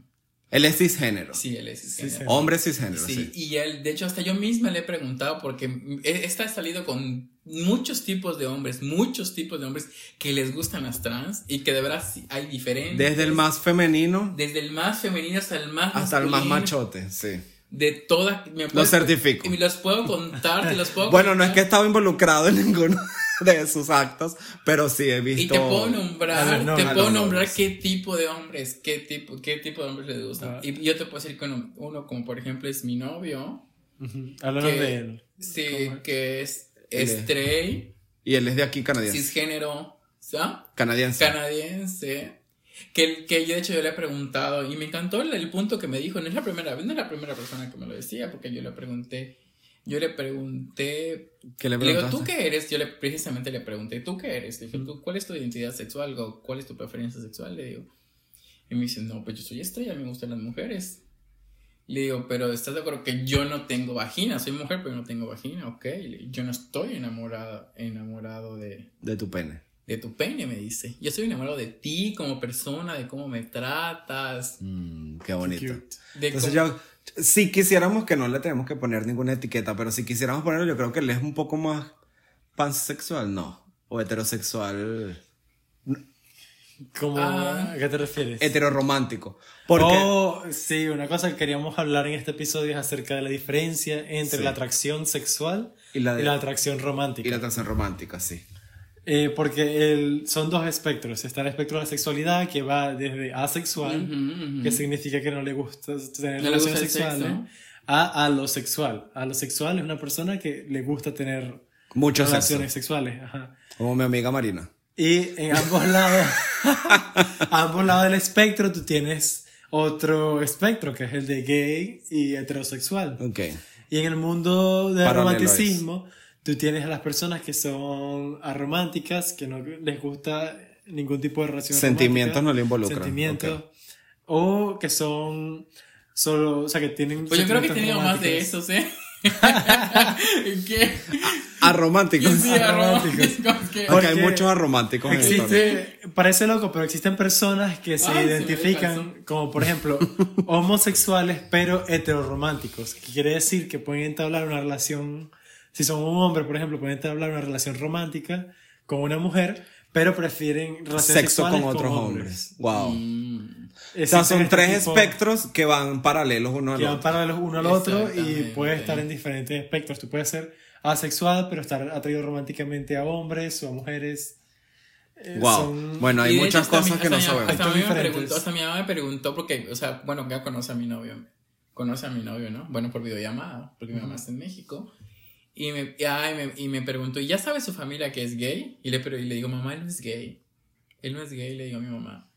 [SPEAKER 2] Él es cisgénero.
[SPEAKER 3] Sí, él es cisgénero.
[SPEAKER 2] Hombre cisgénero,
[SPEAKER 3] Sí,
[SPEAKER 2] sí.
[SPEAKER 3] y él, de hecho, hasta yo misma le he preguntado porque mm, e- esta ha salido con muchos tipos de hombres, muchos tipos de hombres que les gustan las trans y que de verdad sí hay diferentes.
[SPEAKER 2] Desde el más femenino
[SPEAKER 3] Desde el más femenino hasta el más
[SPEAKER 2] hasta el más
[SPEAKER 3] masculino,
[SPEAKER 2] machote, sí.
[SPEAKER 3] De todas. me
[SPEAKER 2] Lo
[SPEAKER 3] puedes-
[SPEAKER 2] certifico.
[SPEAKER 3] y Los puedo contar, te los puedo
[SPEAKER 2] Bueno, no es que he
[SPEAKER 3] contar,
[SPEAKER 2] estado involucrado en ninguno de sus actos, pero sí he visto.
[SPEAKER 3] Y te puedo
[SPEAKER 1] A
[SPEAKER 3] nombrar,
[SPEAKER 1] los no-
[SPEAKER 3] te
[SPEAKER 1] a
[SPEAKER 3] puedo
[SPEAKER 2] los
[SPEAKER 3] nombrar
[SPEAKER 2] nobles.
[SPEAKER 3] qué tipo de hombres, qué tipo, qué tipo de hombres les gustan.
[SPEAKER 1] Ah.
[SPEAKER 3] Y yo te puedo decir que uno, uno como por ejemplo es mi novio,
[SPEAKER 1] Ujú. Háblanos
[SPEAKER 3] Que-
[SPEAKER 1] de él.
[SPEAKER 3] sí,
[SPEAKER 1] ¿Cómo es?
[SPEAKER 3] que es
[SPEAKER 2] Dile.
[SPEAKER 3] straight,
[SPEAKER 2] Y él es de aquí, canadiense.
[SPEAKER 3] cisgénero, ¿sabes?
[SPEAKER 2] Canadiense.
[SPEAKER 3] canadiense. Que, que yo de hecho yo le he preguntado y me encantó el, el punto que me dijo, no es la primera vez, no es la primera persona que me lo decía, porque yo le pregunté, yo le pregunté
[SPEAKER 2] ¿Qué le
[SPEAKER 3] Le digo,
[SPEAKER 2] preguntaste?
[SPEAKER 3] ¿tú qué eres? Yo le, precisamente le pregunté, ¿tú qué eres? Le dije, ¿tú, ¿cuál es tu identidad sexual? O, ¿Cuál es tu preferencia sexual? Le digo. Y me dice, no, pues yo soy estrella, me gustan las mujeres. Le digo, pero ¿estás de acuerdo que yo no tengo vagina? Soy mujer, pero no tengo vagina, ok. Le digo, Yo no estoy enamorada, enamorado de,
[SPEAKER 2] De tu pene.
[SPEAKER 3] de tu pene, me dice. Yo estoy enamorado de ti como persona, de cómo me tratas.
[SPEAKER 2] Mm, qué bonito.
[SPEAKER 1] Cute.
[SPEAKER 3] De
[SPEAKER 2] Entonces
[SPEAKER 3] cómo-
[SPEAKER 2] yo, si quisiéramos que no le tenemos que poner ninguna etiqueta, pero si quisiéramos ponerlo, yo creo que él es un poco más pansexual, no. O heterosexual,
[SPEAKER 1] ¿Cómo-
[SPEAKER 3] Ah.
[SPEAKER 1] ¿A qué te refieres?
[SPEAKER 2] heteroromántico. Porque,
[SPEAKER 1] Oh, sí, una cosa que queríamos hablar en este episodio es acerca de la diferencia entre
[SPEAKER 2] Sí.
[SPEAKER 1] la atracción sexual
[SPEAKER 2] y, la
[SPEAKER 1] y
[SPEAKER 2] de-
[SPEAKER 1] la atracción romántica.
[SPEAKER 2] y la atracción romántica, sí.
[SPEAKER 1] Eh, porque el- son dos espectros. Está el espectro de la sexualidad que va desde asexual,
[SPEAKER 3] Ujú, ujú.
[SPEAKER 1] que significa que no le gusta tener
[SPEAKER 3] No le gusta
[SPEAKER 1] relaciones
[SPEAKER 3] el sexo.
[SPEAKER 1] sexuales, a, a lo sexual. A lo sexual es una persona que le gusta tener
[SPEAKER 2] Mucho sexo.
[SPEAKER 1] relaciones sexuales. ajá.
[SPEAKER 2] Como mi amiga Marina.
[SPEAKER 1] Y en ambos lados, a ambos lados del espectro, tú tienes otro espectro que es el de gay y heterosexual.
[SPEAKER 2] Ok.
[SPEAKER 1] Y en el mundo del
[SPEAKER 2] Paralelo a
[SPEAKER 1] romanticismo, tú tienes a las personas que son arománticas, que no les gusta ningún tipo de relación.
[SPEAKER 2] Sentimientos
[SPEAKER 1] romántica,
[SPEAKER 2] no le involucran.
[SPEAKER 1] Sentimientos.
[SPEAKER 2] ok.
[SPEAKER 1] O que son solo, o sea, que tienen...
[SPEAKER 3] Pues yo creo que he
[SPEAKER 1] sentimientos
[SPEAKER 3] tenido más de
[SPEAKER 1] románticos.
[SPEAKER 3] esos, ¿eh? ¿Qué?
[SPEAKER 2] Ah, Arománticos.
[SPEAKER 3] Sí, sí,
[SPEAKER 1] Arománticos.
[SPEAKER 3] arománticos, ¿qué?
[SPEAKER 2] Porque hay
[SPEAKER 1] Porque
[SPEAKER 2] muchos arománticos en el torneo.
[SPEAKER 1] Existe, parece loco, pero existen personas que se
[SPEAKER 3] Ay, se me
[SPEAKER 1] identifican como, por ejemplo, homosexuales pero heterorománticos, que quiere decir que pueden entablar una relación, si son un hombre, por ejemplo, pueden entablar una relación romántica con una mujer, pero prefieren relaciones
[SPEAKER 2] Sexo con
[SPEAKER 1] sexuales
[SPEAKER 2] otros
[SPEAKER 1] con
[SPEAKER 2] hombres. Wow.
[SPEAKER 3] Mm.
[SPEAKER 2] O sea,
[SPEAKER 1] Existen
[SPEAKER 2] son
[SPEAKER 1] este
[SPEAKER 2] tres
[SPEAKER 1] tipo
[SPEAKER 2] espectros que van paralelos uno al
[SPEAKER 1] que van
[SPEAKER 2] otro.
[SPEAKER 1] paralelos uno al otro y
[SPEAKER 3] Exactamente.
[SPEAKER 1] puede estar en diferentes espectros. Tú puedes ser asexual, pero estar atraído románticamente a hombres o a mujeres. Eh,
[SPEAKER 2] Wow.
[SPEAKER 1] son-
[SPEAKER 2] Bueno,
[SPEAKER 3] Y
[SPEAKER 2] hay
[SPEAKER 3] de hecho,
[SPEAKER 2] muchas
[SPEAKER 3] hasta mi-
[SPEAKER 2] cosas que no
[SPEAKER 3] hasta mi-
[SPEAKER 2] sabemos.
[SPEAKER 3] Hasta,
[SPEAKER 1] Son
[SPEAKER 3] mi mamá me
[SPEAKER 1] diferentes.
[SPEAKER 3] preguntó, hasta mi mamá me preguntó porque, o sea, bueno, ya conoce a mi novio. Conoce a mi novio, ¿no? Bueno, por videollamada, porque mi mamá está en México. Y me, y- ay, me- y me preguntó, ¿y ya sabe su familia que es gay? Y le, pero, y le digo, mamá, él no es gay. Él no es gay, le digo a mi mamá.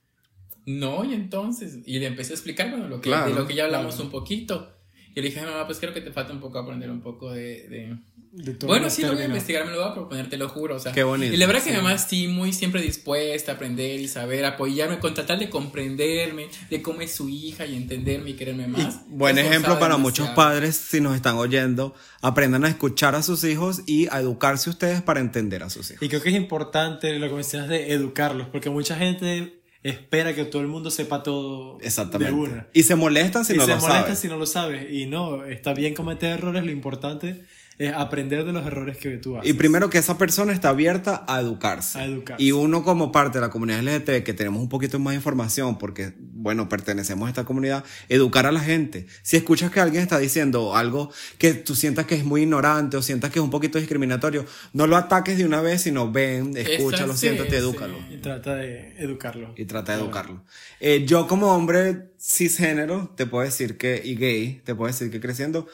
[SPEAKER 3] No, y entonces, y le empecé a explicar, bueno, lo que,
[SPEAKER 2] Claro,
[SPEAKER 3] de lo que ya hablamos
[SPEAKER 1] claro.
[SPEAKER 3] un poquito. Yo le dije, "Ay, mamá, pues creo que te falta un poco aprender un poco de... de-
[SPEAKER 1] De todos
[SPEAKER 3] Bueno,
[SPEAKER 1] los
[SPEAKER 3] sí, lo voy a
[SPEAKER 1] términos.
[SPEAKER 3] investigar, me lo voy a proponer, te lo juro. O sea,
[SPEAKER 2] Qué bonito,
[SPEAKER 3] Y la verdad
[SPEAKER 2] sí.
[SPEAKER 3] que mi mamá sí, muy siempre dispuesta a aprender y saber, apoyarme, con tratar de comprenderme, de cómo es su hija y entenderme y quererme más.
[SPEAKER 2] Buen
[SPEAKER 3] Esforzada
[SPEAKER 2] ejemplo para
[SPEAKER 3] demasiado.
[SPEAKER 2] muchos padres si nos están oyendo. Aprendan a escuchar a sus hijos y a educarse ustedes para entender a sus hijos.
[SPEAKER 1] Y creo que es importante lo que mencionas de educarlos, porque mucha gente espera que todo el mundo sepa todo
[SPEAKER 2] Exactamente.
[SPEAKER 1] de una.
[SPEAKER 2] Y se molestan si
[SPEAKER 1] y
[SPEAKER 2] no
[SPEAKER 1] se
[SPEAKER 2] lo
[SPEAKER 1] molesta
[SPEAKER 2] saben.
[SPEAKER 1] si no lo sabes. Y no, está bien cometer errores, lo importante es aprender de los errores que tú haces.
[SPEAKER 2] Y primero que esa persona está abierta a educarse.
[SPEAKER 1] A educarse.
[SPEAKER 2] Y uno como parte de la comunidad LGTB que tenemos un poquito más de información porque, bueno, pertenecemos a esta comunidad, educar a la gente. Si escuchas que alguien está diciendo algo que tú sientas que es muy ignorante o sientas que es un poquito discriminatorio, no lo ataques de una vez, sino ven, escúchalo,
[SPEAKER 3] sí,
[SPEAKER 2] siéntate,
[SPEAKER 3] sí.
[SPEAKER 2] edúcalo.
[SPEAKER 1] Y trata de educarlo.
[SPEAKER 2] Y trata de educarlo. Eh, yo como hombre cisgénero, te puedo decir que, y gay, te puedo decir que creciendo,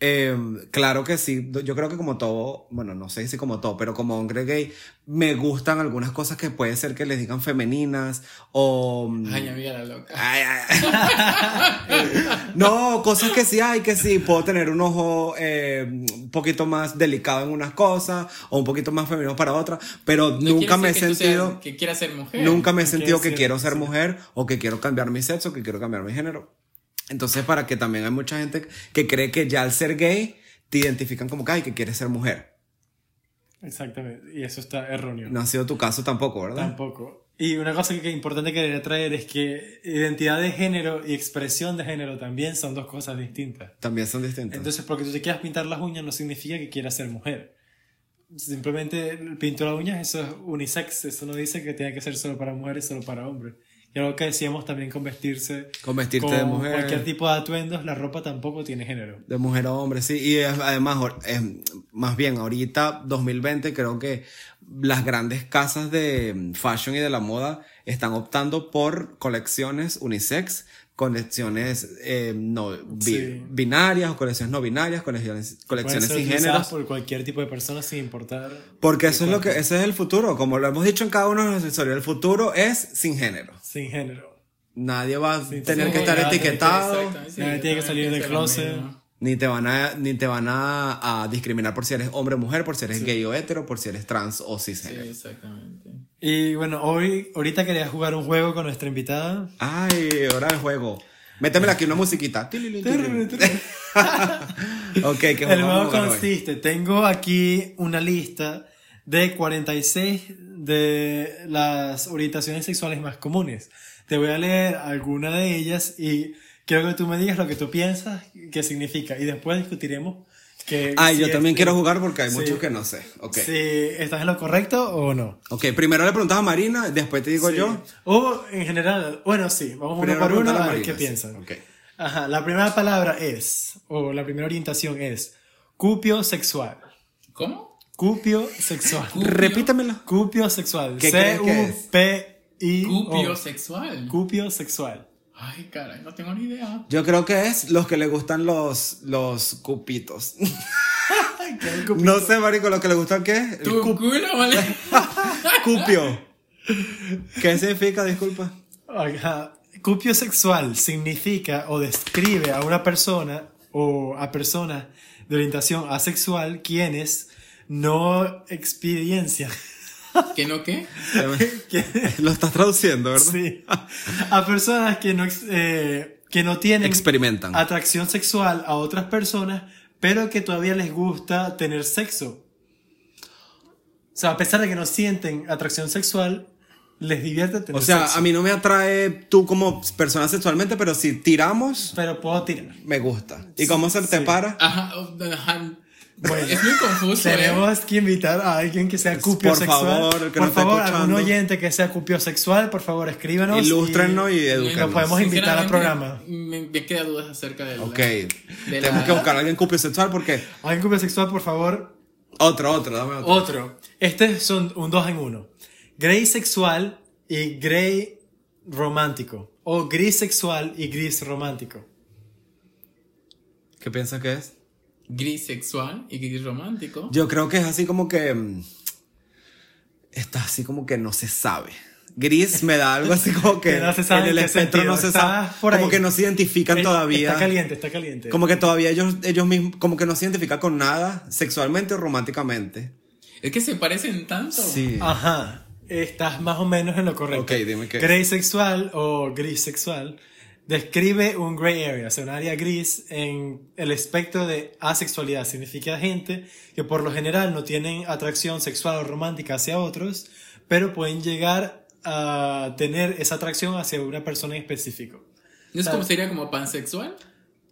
[SPEAKER 2] eh, claro que sí, do- yo creo que como todo, bueno, no sé si como todo, pero como hombre gay, me gustan algunas cosas que puede ser que les digan femeninas o... mm,
[SPEAKER 3] Ay, amiga la loca.
[SPEAKER 2] Ay, ay. no, cosas que sí hay, que sí. Puedo tener un ojo eh, un poquito más delicado en unas cosas o un poquito más femenino para otras, pero
[SPEAKER 3] No
[SPEAKER 2] nunca
[SPEAKER 3] quiere
[SPEAKER 2] me he
[SPEAKER 3] decir que tú seas-
[SPEAKER 2] sentido...
[SPEAKER 3] que quieras ser mujer.
[SPEAKER 2] Nunca me he
[SPEAKER 1] que
[SPEAKER 2] sentido que
[SPEAKER 1] decir,
[SPEAKER 2] quiero ser
[SPEAKER 1] sí.
[SPEAKER 2] mujer o que quiero cambiar mi sexo, que quiero cambiar mi género. Entonces, para que también hay mucha gente que cree que ya al ser gay te identifican como que, ay, que quieres ser mujer.
[SPEAKER 1] Exactamente. Y eso está erróneo.
[SPEAKER 2] No ha sido tu caso tampoco, ¿verdad?
[SPEAKER 1] Tampoco. Y una cosa que, que importante que debería traer es que identidad de género y expresión de género también son dos cosas distintas.
[SPEAKER 2] También son distintos.
[SPEAKER 1] Entonces, porque tú te quieras pintar las uñas no significa que quieras ser mujer. Simplemente pintura de uñas, eso es unisex, eso no dice que tenga que ser solo para mujeres, solo para hombres. Y algo que decíamos también con vestirse,
[SPEAKER 2] con vestirte de
[SPEAKER 1] con
[SPEAKER 2] mujer.
[SPEAKER 1] cualquier tipo de atuendos, la ropa tampoco tiene género.
[SPEAKER 2] De mujer a hombre, sí. Y es- además, or- es- más bien, ahorita, 2020, creo que las grandes casas de fashion y de la moda están optando por colecciones unisex, colecciones eh, no bi-
[SPEAKER 1] Sí.
[SPEAKER 2] binarias o colecciones no binarias, colecciones,
[SPEAKER 1] Pueden
[SPEAKER 2] colecciones
[SPEAKER 1] ser
[SPEAKER 2] sin
[SPEAKER 1] utilizadas
[SPEAKER 2] géneros.
[SPEAKER 1] por cualquier tipo de persona sin importar.
[SPEAKER 2] Porque eso es lo que, ese es el futuro. Como lo hemos dicho en cada uno de los accesorios, el futuro es sin género.
[SPEAKER 1] Sin género.
[SPEAKER 2] Nadie va a
[SPEAKER 1] Sí,
[SPEAKER 2] tener
[SPEAKER 1] sí,
[SPEAKER 2] que estar
[SPEAKER 1] ya, tiene que-
[SPEAKER 2] etiquetado.
[SPEAKER 3] Exacto, sí,
[SPEAKER 1] Nadie tiene que salir del
[SPEAKER 3] ser
[SPEAKER 1] closet.
[SPEAKER 3] lo mismo.
[SPEAKER 2] Ni te van a, ni te van a, a discriminar por si eres hombre o mujer, por si eres gay o hetero, por si eres trans o
[SPEAKER 3] Sí,
[SPEAKER 2] cisgénero.
[SPEAKER 3] exactamente.
[SPEAKER 1] Y bueno, hoy, ahorita quería jugar un juego con nuestra invitada.
[SPEAKER 2] Ay, hora del juego. Métemela aquí una musiquita. Tililin, tililin. ok, que
[SPEAKER 1] El juego consiste, tengo aquí una lista de 46 de las orientaciones sexuales más comunes. Te voy a leer alguna de ellas y quiero que tú me digas lo que tú piensas que significa y después discutiremos que...
[SPEAKER 2] Ay,
[SPEAKER 1] si
[SPEAKER 2] Ah, yo
[SPEAKER 1] es-
[SPEAKER 2] también quiero jugar porque hay
[SPEAKER 1] Sí.
[SPEAKER 2] muchos que no sé. Ok.
[SPEAKER 1] Si estás en lo correcto o no.
[SPEAKER 2] Ok, primero le preguntas a Marina, después te digo
[SPEAKER 1] Sí.
[SPEAKER 2] yo.
[SPEAKER 1] O en general, bueno, sí, vamos uno
[SPEAKER 2] Primero
[SPEAKER 1] por uno
[SPEAKER 2] pregúntale
[SPEAKER 1] a ver qué
[SPEAKER 2] Marina, sí.
[SPEAKER 1] piensan.
[SPEAKER 2] Ok.
[SPEAKER 1] Ajá, la primera palabra es, o la primera orientación es, cupio sexual.
[SPEAKER 3] ¿Cómo?
[SPEAKER 1] Cupio sexual.
[SPEAKER 3] Cu- Cupio.
[SPEAKER 2] Repítamelo.
[SPEAKER 1] Cupio sexual.
[SPEAKER 2] ¿Qué crees que es?
[SPEAKER 1] C-U-P-I.
[SPEAKER 3] Cupio sexual.
[SPEAKER 2] Oh.
[SPEAKER 1] Cupio sexual.
[SPEAKER 3] Ay, caray, no tengo ni idea.
[SPEAKER 2] Yo creo que es los que le gustan los, los cupitos.
[SPEAKER 1] ¿Qué es el cupio?
[SPEAKER 2] no sé, marico, los que le gustan qué es.
[SPEAKER 3] Tu culo, ¿vale?
[SPEAKER 2] Cupio. ¿Qué significa? Disculpa.
[SPEAKER 1] Ajá. Cupio sexual significa o describe a una persona o a personas de orientación asexual quienes no experiencian.
[SPEAKER 3] ¿Que no qué?
[SPEAKER 2] Lo estás traduciendo, ¿verdad?
[SPEAKER 1] Sí. A personas que no, ex- eh, que no tienen
[SPEAKER 2] Experimentan.
[SPEAKER 1] atracción sexual a otras personas, pero que todavía les gusta tener sexo. O sea, a pesar de que no sienten atracción sexual, les divierte tener
[SPEAKER 2] O sea,
[SPEAKER 1] sexo.
[SPEAKER 2] a mí no me atrae tú como persona sexualmente, pero si tiramos,
[SPEAKER 1] Pero puedo tirar.
[SPEAKER 2] me gusta. ¿Y cómo se te
[SPEAKER 1] Sí. Ah,
[SPEAKER 2] para?
[SPEAKER 3] Ajá, oh, ajá.
[SPEAKER 1] Bueno,
[SPEAKER 3] es muy confuso. ¿eh?
[SPEAKER 1] Tenemos que invitar a alguien que sea
[SPEAKER 2] Por
[SPEAKER 1] cupio sexual.
[SPEAKER 2] favor, el que
[SPEAKER 1] por
[SPEAKER 2] nos está
[SPEAKER 1] favor,
[SPEAKER 2] escuchando.
[SPEAKER 1] algún oyente que sea cupio sexual, por favor, escríbanos.
[SPEAKER 2] Ilústrenos y
[SPEAKER 1] Nos
[SPEAKER 2] eduquenos.
[SPEAKER 1] podemos invitar al
[SPEAKER 3] Sinceramente,
[SPEAKER 1] programa.
[SPEAKER 3] Me, me queda dudas acerca de la-
[SPEAKER 2] Ok.
[SPEAKER 3] de
[SPEAKER 2] Tenemos
[SPEAKER 3] la-
[SPEAKER 2] que buscar a alguien cupio sexual porque...
[SPEAKER 1] Alguien cupio sexual, por favor,
[SPEAKER 2] Otro, otro, dame otro.
[SPEAKER 1] Otro. Este son un dos en uno. Gray sexual y gray romántico. O gris sexual y gris romántico. Oh.
[SPEAKER 2] ¿Qué piensas que es?
[SPEAKER 3] gris sexual y gris romántico.
[SPEAKER 2] Yo creo que es así como que... mm, Está así como que no se sabe. gris me da algo así como que,
[SPEAKER 1] Que no se sabe
[SPEAKER 2] en
[SPEAKER 1] en
[SPEAKER 2] el
[SPEAKER 1] qué
[SPEAKER 2] espectro no
[SPEAKER 1] sentido,
[SPEAKER 2] se sabe,
[SPEAKER 1] está por
[SPEAKER 2] como
[SPEAKER 1] ahí.
[SPEAKER 2] que no se identifican todavía.
[SPEAKER 1] Está caliente, está caliente.
[SPEAKER 2] Como que todavía ellos, ellos mismos, como que no se identifican con nada, sexualmente o románticamente.
[SPEAKER 3] Es que se parecen tanto.
[SPEAKER 2] Sí.
[SPEAKER 1] Ajá. Estás más o menos en lo correcto.
[SPEAKER 2] Ok, dime qué.
[SPEAKER 1] Gray sexual o gris sexual describe un gray area, o sea, un área gris en el espectro de asexualidad. Significa gente que por lo general no tienen atracción sexual o romántica hacia otros, pero pueden llegar a tener esa atracción hacia una persona en específico.
[SPEAKER 3] ¿No es como sería como pansexual?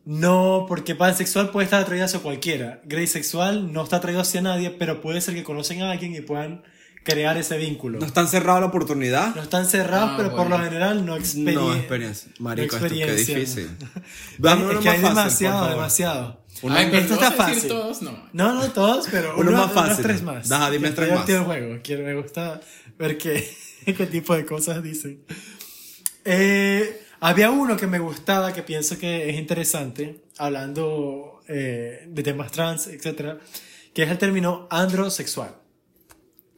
[SPEAKER 1] No, porque pansexual puede estar atraído hacia cualquiera. Gray sexual no está atraído hacia nadie, pero puede ser que conocen a alguien y puedan crear ese vínculo.
[SPEAKER 2] No están cerrada la oportunidad.
[SPEAKER 1] No están cerrados,
[SPEAKER 3] Ah,
[SPEAKER 1] pero por
[SPEAKER 3] bueno.
[SPEAKER 1] lo general no experiencia.
[SPEAKER 2] No, experiencia. Marico, esto qué
[SPEAKER 1] experiencia.
[SPEAKER 2] difícil. Dame
[SPEAKER 1] Dame
[SPEAKER 2] uno
[SPEAKER 1] es que hay
[SPEAKER 2] más fácil, por
[SPEAKER 1] demasiado,
[SPEAKER 2] favor.
[SPEAKER 1] demasiado.
[SPEAKER 2] Uno-
[SPEAKER 3] Ay, pero
[SPEAKER 1] Esto
[SPEAKER 3] no vas
[SPEAKER 1] está
[SPEAKER 3] a decir
[SPEAKER 1] fácil.
[SPEAKER 3] todos, no.
[SPEAKER 1] No, no todos, pero
[SPEAKER 2] Uno
[SPEAKER 1] uno,
[SPEAKER 2] más
[SPEAKER 1] unos
[SPEAKER 2] fácil.
[SPEAKER 1] tres más.
[SPEAKER 2] Ajá, dime
[SPEAKER 1] Que
[SPEAKER 2] tres
[SPEAKER 1] está
[SPEAKER 2] más.
[SPEAKER 1] divertido el juego. Quiero, me gusta ver qué, qué tipo de cosas dicen. Eh, había uno que me gustaba, que pienso que es interesante, hablando eh, de temas trans, etcétera, que es el término androsexual.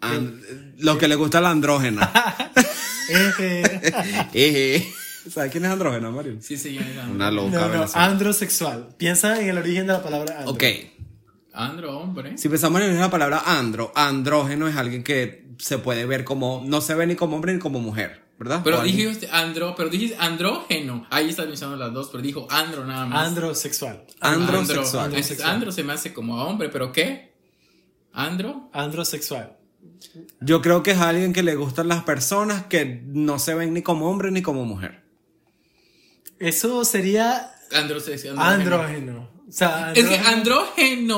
[SPEAKER 2] And- lo que le gusta a la andrógena.
[SPEAKER 1] Eh,
[SPEAKER 2] Eje. ¿Sabes quién es andrógena, Mario?
[SPEAKER 3] Sí, sí, ya era.
[SPEAKER 2] Una
[SPEAKER 1] no,
[SPEAKER 2] loca
[SPEAKER 1] no,
[SPEAKER 2] venezolana.
[SPEAKER 1] androsexual. Piensa en el origen de la palabra andro.
[SPEAKER 2] Ok.
[SPEAKER 3] Andro, hombre.
[SPEAKER 2] Si pensamos en la palabra andro, andrógeno es alguien que se puede ver como, no se ve ni como hombre ni como mujer, ¿verdad? O
[SPEAKER 3] Pero
[SPEAKER 2] alguien-
[SPEAKER 3] dije usted andro, pero dijiste andrógeno. Ahí estás mencionando las dos, pero dijo andro nada más.
[SPEAKER 1] Androsexual.
[SPEAKER 3] Andro.
[SPEAKER 2] androsexual.
[SPEAKER 3] Es-
[SPEAKER 1] Androsexual.
[SPEAKER 3] andro se me hace como a hombre, pero ¿qué? Andro.
[SPEAKER 1] Androsexual.
[SPEAKER 2] Yo creo que es alguien que le gustan las personas que no se ven ni como hombre ni como mujer.
[SPEAKER 1] Eso sería
[SPEAKER 3] Andro se dice
[SPEAKER 1] andrógeno. O sea,
[SPEAKER 3] Es que
[SPEAKER 1] andrógeno-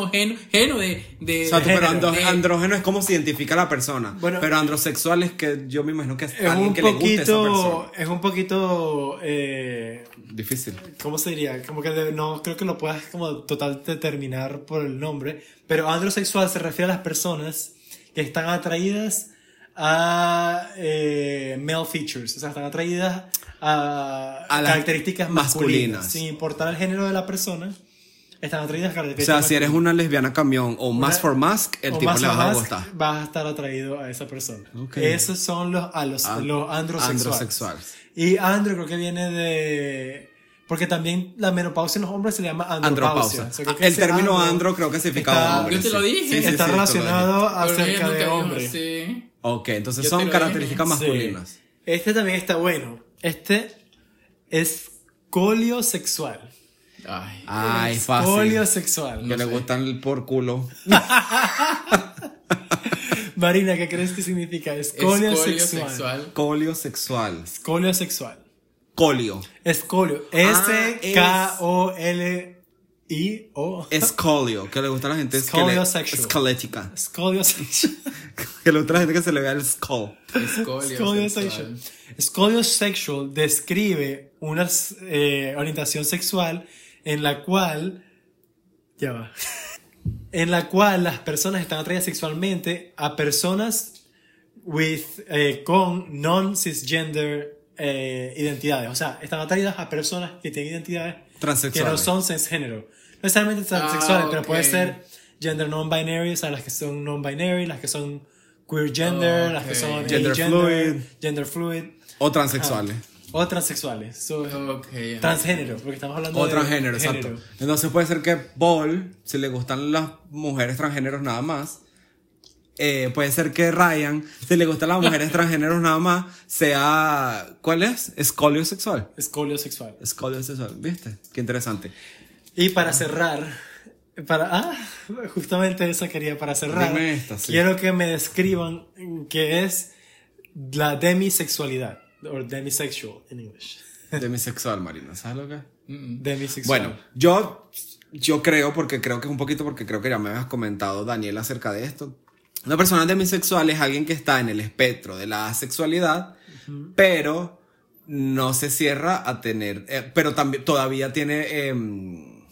[SPEAKER 3] andrógeno, geno, geno de. de
[SPEAKER 2] O sea, tú- pero
[SPEAKER 1] Género.
[SPEAKER 2] andro-
[SPEAKER 3] de-
[SPEAKER 2] andrógeno es como se identifica a la persona.
[SPEAKER 1] Bueno,
[SPEAKER 2] pero androsexual es que yo me imagino que es,
[SPEAKER 1] es
[SPEAKER 2] alguien
[SPEAKER 1] un
[SPEAKER 2] que le gusta a esa persona.
[SPEAKER 1] poquito, es un poquito, eh,
[SPEAKER 2] Difícil.
[SPEAKER 1] ¿cómo se diría? Como que de- no creo que lo puedas como total determinar por el nombre, pero androsexual se refiere a las personas que están atraídas a eh, male features, o sea, están atraídas a,
[SPEAKER 2] A las
[SPEAKER 1] características
[SPEAKER 2] masculinas.
[SPEAKER 1] masculinas, sin importar el género de la persona, están atraídas a
[SPEAKER 2] O
[SPEAKER 1] características
[SPEAKER 2] sea, si eres
[SPEAKER 1] masculinas.
[SPEAKER 2] una lesbiana camión o más for mask, el
[SPEAKER 1] o
[SPEAKER 2] tipo
[SPEAKER 1] más
[SPEAKER 2] le
[SPEAKER 1] o
[SPEAKER 2] vas a
[SPEAKER 1] más
[SPEAKER 2] gustar.
[SPEAKER 1] Vas a estar atraído a esa persona.
[SPEAKER 2] Ok.
[SPEAKER 1] Esos son los, a los,
[SPEAKER 2] Ah,
[SPEAKER 1] los androsexuales.
[SPEAKER 2] Androsexual.
[SPEAKER 1] Y andro creo que viene de... Porque también la menopausia en los hombres se le llama andropausia.
[SPEAKER 2] Andropausa.
[SPEAKER 1] O sea, creo que
[SPEAKER 2] Ah, el
[SPEAKER 1] ese
[SPEAKER 2] término andro creo que significa
[SPEAKER 1] está-
[SPEAKER 2] hombre.
[SPEAKER 3] Yo te
[SPEAKER 2] sí.
[SPEAKER 3] lo dije.
[SPEAKER 2] Sí, sí, sí, te
[SPEAKER 1] está
[SPEAKER 2] lo dije.
[SPEAKER 1] relacionado
[SPEAKER 3] pero ella
[SPEAKER 1] acerca
[SPEAKER 3] nunca
[SPEAKER 1] de
[SPEAKER 3] dijo,
[SPEAKER 1] hombre.
[SPEAKER 3] sí.
[SPEAKER 2] Ok, entonces
[SPEAKER 3] Yo te
[SPEAKER 2] son
[SPEAKER 3] lo dije.
[SPEAKER 2] características
[SPEAKER 1] Sí.
[SPEAKER 2] masculinas.
[SPEAKER 1] Este también está bueno. Este es coliosexual.
[SPEAKER 3] Ay.
[SPEAKER 2] Ay, Ah, fácil.
[SPEAKER 1] Coliosexual.
[SPEAKER 2] que le gustan el por culo.
[SPEAKER 1] Marina, ¿qué crees que significa? Es
[SPEAKER 3] Escolio
[SPEAKER 1] coliosexual.
[SPEAKER 3] sexual.
[SPEAKER 2] Colio sexual.
[SPEAKER 1] Coliosexual.
[SPEAKER 2] Colio.
[SPEAKER 1] Escolio.
[SPEAKER 2] Ah,
[SPEAKER 1] S-K-O-L-I-O.
[SPEAKER 2] Es colio. Que le gusta a la gente
[SPEAKER 1] Scolio
[SPEAKER 2] esquele-
[SPEAKER 1] sexual.
[SPEAKER 2] esquelética.
[SPEAKER 1] Scoliosexual.
[SPEAKER 2] Que le gusta a la gente que se le vea el skull.
[SPEAKER 3] Escolio
[SPEAKER 1] Scoliosexual.
[SPEAKER 3] sexual.
[SPEAKER 1] Scoliosexual describe una eh, orientación sexual en la cual. Ya va. En la cual las personas están atraídas sexualmente a personas with, eh, con non-cisgender eh, identidades. O sea, están atraídas a personas que tienen identidades que no
[SPEAKER 2] Transexual.
[SPEAKER 1] son cisgénero. No necesariamente transexuales,
[SPEAKER 3] Ah,
[SPEAKER 1] pero
[SPEAKER 3] ok.
[SPEAKER 1] puede ser gender non-binary, o sea, las que son non-binary, las que son queer gender,
[SPEAKER 3] Oh,
[SPEAKER 1] las que
[SPEAKER 3] ok.
[SPEAKER 1] son
[SPEAKER 2] Gender
[SPEAKER 1] agender,
[SPEAKER 2] fluid.
[SPEAKER 1] gender fluid,
[SPEAKER 2] O transexuales.
[SPEAKER 1] o transexuales. So,
[SPEAKER 3] Ok. ya.
[SPEAKER 1] transgénero, porque estamos hablando
[SPEAKER 2] O
[SPEAKER 1] de
[SPEAKER 2] transgénero, exacto.
[SPEAKER 1] Ah. género.
[SPEAKER 2] Entonces puede ser que Paul, si le gustan las mujeres transgéneros nada más, eh, puede ser que Ryan, si le gustan las mujeres transgéneros nada más, sea. ¿Cuál es? Escolio sexual.
[SPEAKER 1] Escoliosexual.
[SPEAKER 2] Escolio sexual, ¿viste? Qué interesante.
[SPEAKER 1] Y para cerrar, para, ah, justamente esa quería para cerrar.
[SPEAKER 2] Dime esta, sí.
[SPEAKER 1] Quiero que me describan qué es la demisexualidad, o demisexual en inglés.
[SPEAKER 2] Demisexual, Marina, ¿sabes lo que es?
[SPEAKER 3] Mm,
[SPEAKER 1] Demisexual.
[SPEAKER 2] Bueno, yo, yo creo, porque creo que es un poquito porque creo que ya me habías comentado, Daniel, acerca de esto. Una persona demisexual es alguien que está en el espectro de la asexualidad, pero no se cierra a tener, eh, pero también todavía tiene, em,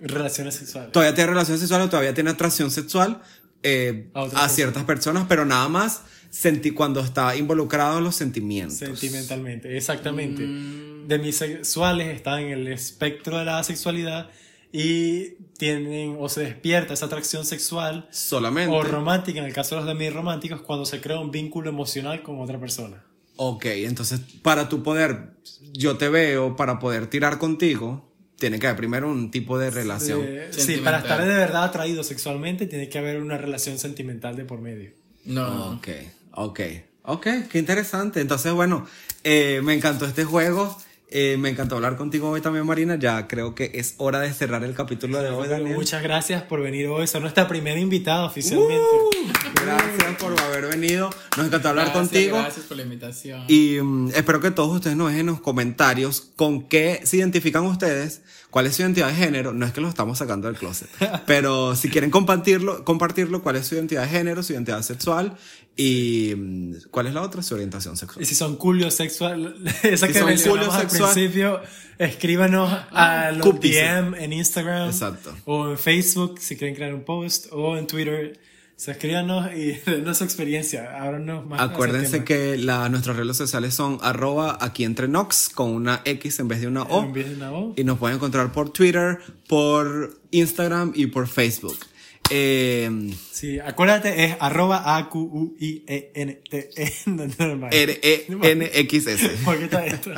[SPEAKER 1] relaciones sexuales.
[SPEAKER 2] todavía tiene relaciones sexuales, o todavía tiene atracción sexual eh,
[SPEAKER 1] A
[SPEAKER 2] a,
[SPEAKER 1] otras
[SPEAKER 2] ciertas personas, pero nada más senti cuando está involucrado en los sentimientos.
[SPEAKER 1] Sentimentalmente, exactamente.
[SPEAKER 3] Mm.
[SPEAKER 1] Demisexuales están en el espectro de la sexualidad y tienen o se despierta esa atracción sexual
[SPEAKER 2] Solamente.
[SPEAKER 1] o romántica, en el caso de los demirrománticos, cuando se crea un vínculo emocional con otra persona.
[SPEAKER 2] Ok, entonces para tu poder, yo te veo, para poder tirar contigo, tiene que haber primero un tipo de relación.
[SPEAKER 1] Eh, sí,
[SPEAKER 3] Sentimental.
[SPEAKER 1] para estar de verdad atraído sexualmente tiene que haber una relación sentimental de por medio.
[SPEAKER 3] No.
[SPEAKER 2] Ok, ok, ok, qué interesante. Entonces, bueno, eh, me encantó este juego. eh, me encantó hablar contigo hoy también, Marina. Ya creo que es hora de cerrar el capítulo de hoy, Daniel.
[SPEAKER 1] Muchas gracias por venir hoy. Son nuestra primera invitada oficialmente.
[SPEAKER 2] ¡Uh! Gracias por haber venido. Nos encantó hablar
[SPEAKER 3] Gracias,
[SPEAKER 2] contigo.
[SPEAKER 3] Gracias por la invitación.
[SPEAKER 2] Y mm, espero que todos ustedes nos dejen en los comentarios con qué se identifican ustedes, cuál es su identidad de género. No es que lo estamos sacando del closet, pero si quieren compartirlo, compartirlo, cuál es su identidad de género, su identidad sexual y mm, cuál es la otra, su orientación
[SPEAKER 1] Y
[SPEAKER 2] sexual.
[SPEAKER 1] si son culios sexual, esa
[SPEAKER 2] Si
[SPEAKER 1] que
[SPEAKER 2] son
[SPEAKER 1] mencionamos al
[SPEAKER 2] culiosexual-
[SPEAKER 1] principio, escríbanos a los
[SPEAKER 2] cúpice.
[SPEAKER 1] DM en Instagram
[SPEAKER 2] Ah, Exacto.
[SPEAKER 1] o en Facebook si quieren crear un post o en Twitter. O sea, escríbanos y denos su experiencia. Háblanos más.
[SPEAKER 2] Acuérdense
[SPEAKER 1] acerca
[SPEAKER 2] que la- nuestras redes sociales son arroba aquí entre Nox con una X en vez de una
[SPEAKER 1] del tema.
[SPEAKER 2] O.
[SPEAKER 1] Envíen una voz.
[SPEAKER 2] Y nos pueden encontrar por Twitter, por Instagram y por Facebook. Eh,
[SPEAKER 1] Sí, acuérdate, es arroba a q u i e n t e
[SPEAKER 2] E R-E-N-X-S.
[SPEAKER 1] ¿Por qué está esto?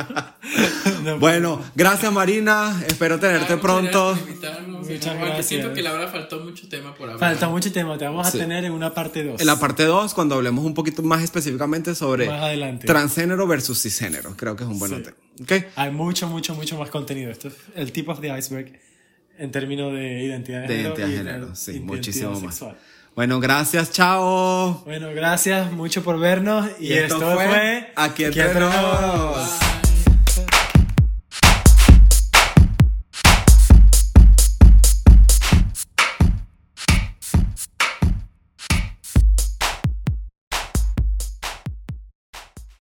[SPEAKER 1] No,
[SPEAKER 2] Bueno, gracias Marina, espero tenerte
[SPEAKER 3] Muchas
[SPEAKER 2] pronto.
[SPEAKER 3] gracias por invitarnos,
[SPEAKER 1] Muchas
[SPEAKER 3] Iván, porque
[SPEAKER 1] gracias.
[SPEAKER 3] Siento que la verdad faltó mucho tema por hablar.
[SPEAKER 1] Falta mucho tema, te vamos a
[SPEAKER 2] Sí.
[SPEAKER 1] tener en una parte 2.
[SPEAKER 2] En la parte 2, cuando hablemos un poquito más específicamente sobre
[SPEAKER 1] Más adelante.
[SPEAKER 2] transgénero versus cisgénero, creo que es un buen
[SPEAKER 1] Sí.
[SPEAKER 2] tema. ¿Ok?
[SPEAKER 1] Hay mucho, mucho, mucho más contenido. Esto es el tip of the iceberg en términos de identidad de,
[SPEAKER 2] De
[SPEAKER 1] género.
[SPEAKER 2] identidad
[SPEAKER 1] y
[SPEAKER 2] de género, sí,
[SPEAKER 1] identidad
[SPEAKER 2] muchísimo más.
[SPEAKER 1] sexual.
[SPEAKER 2] Bueno, gracias, chao.
[SPEAKER 1] Bueno, gracias mucho por vernos y, esto, fue
[SPEAKER 2] Aquí entre nos.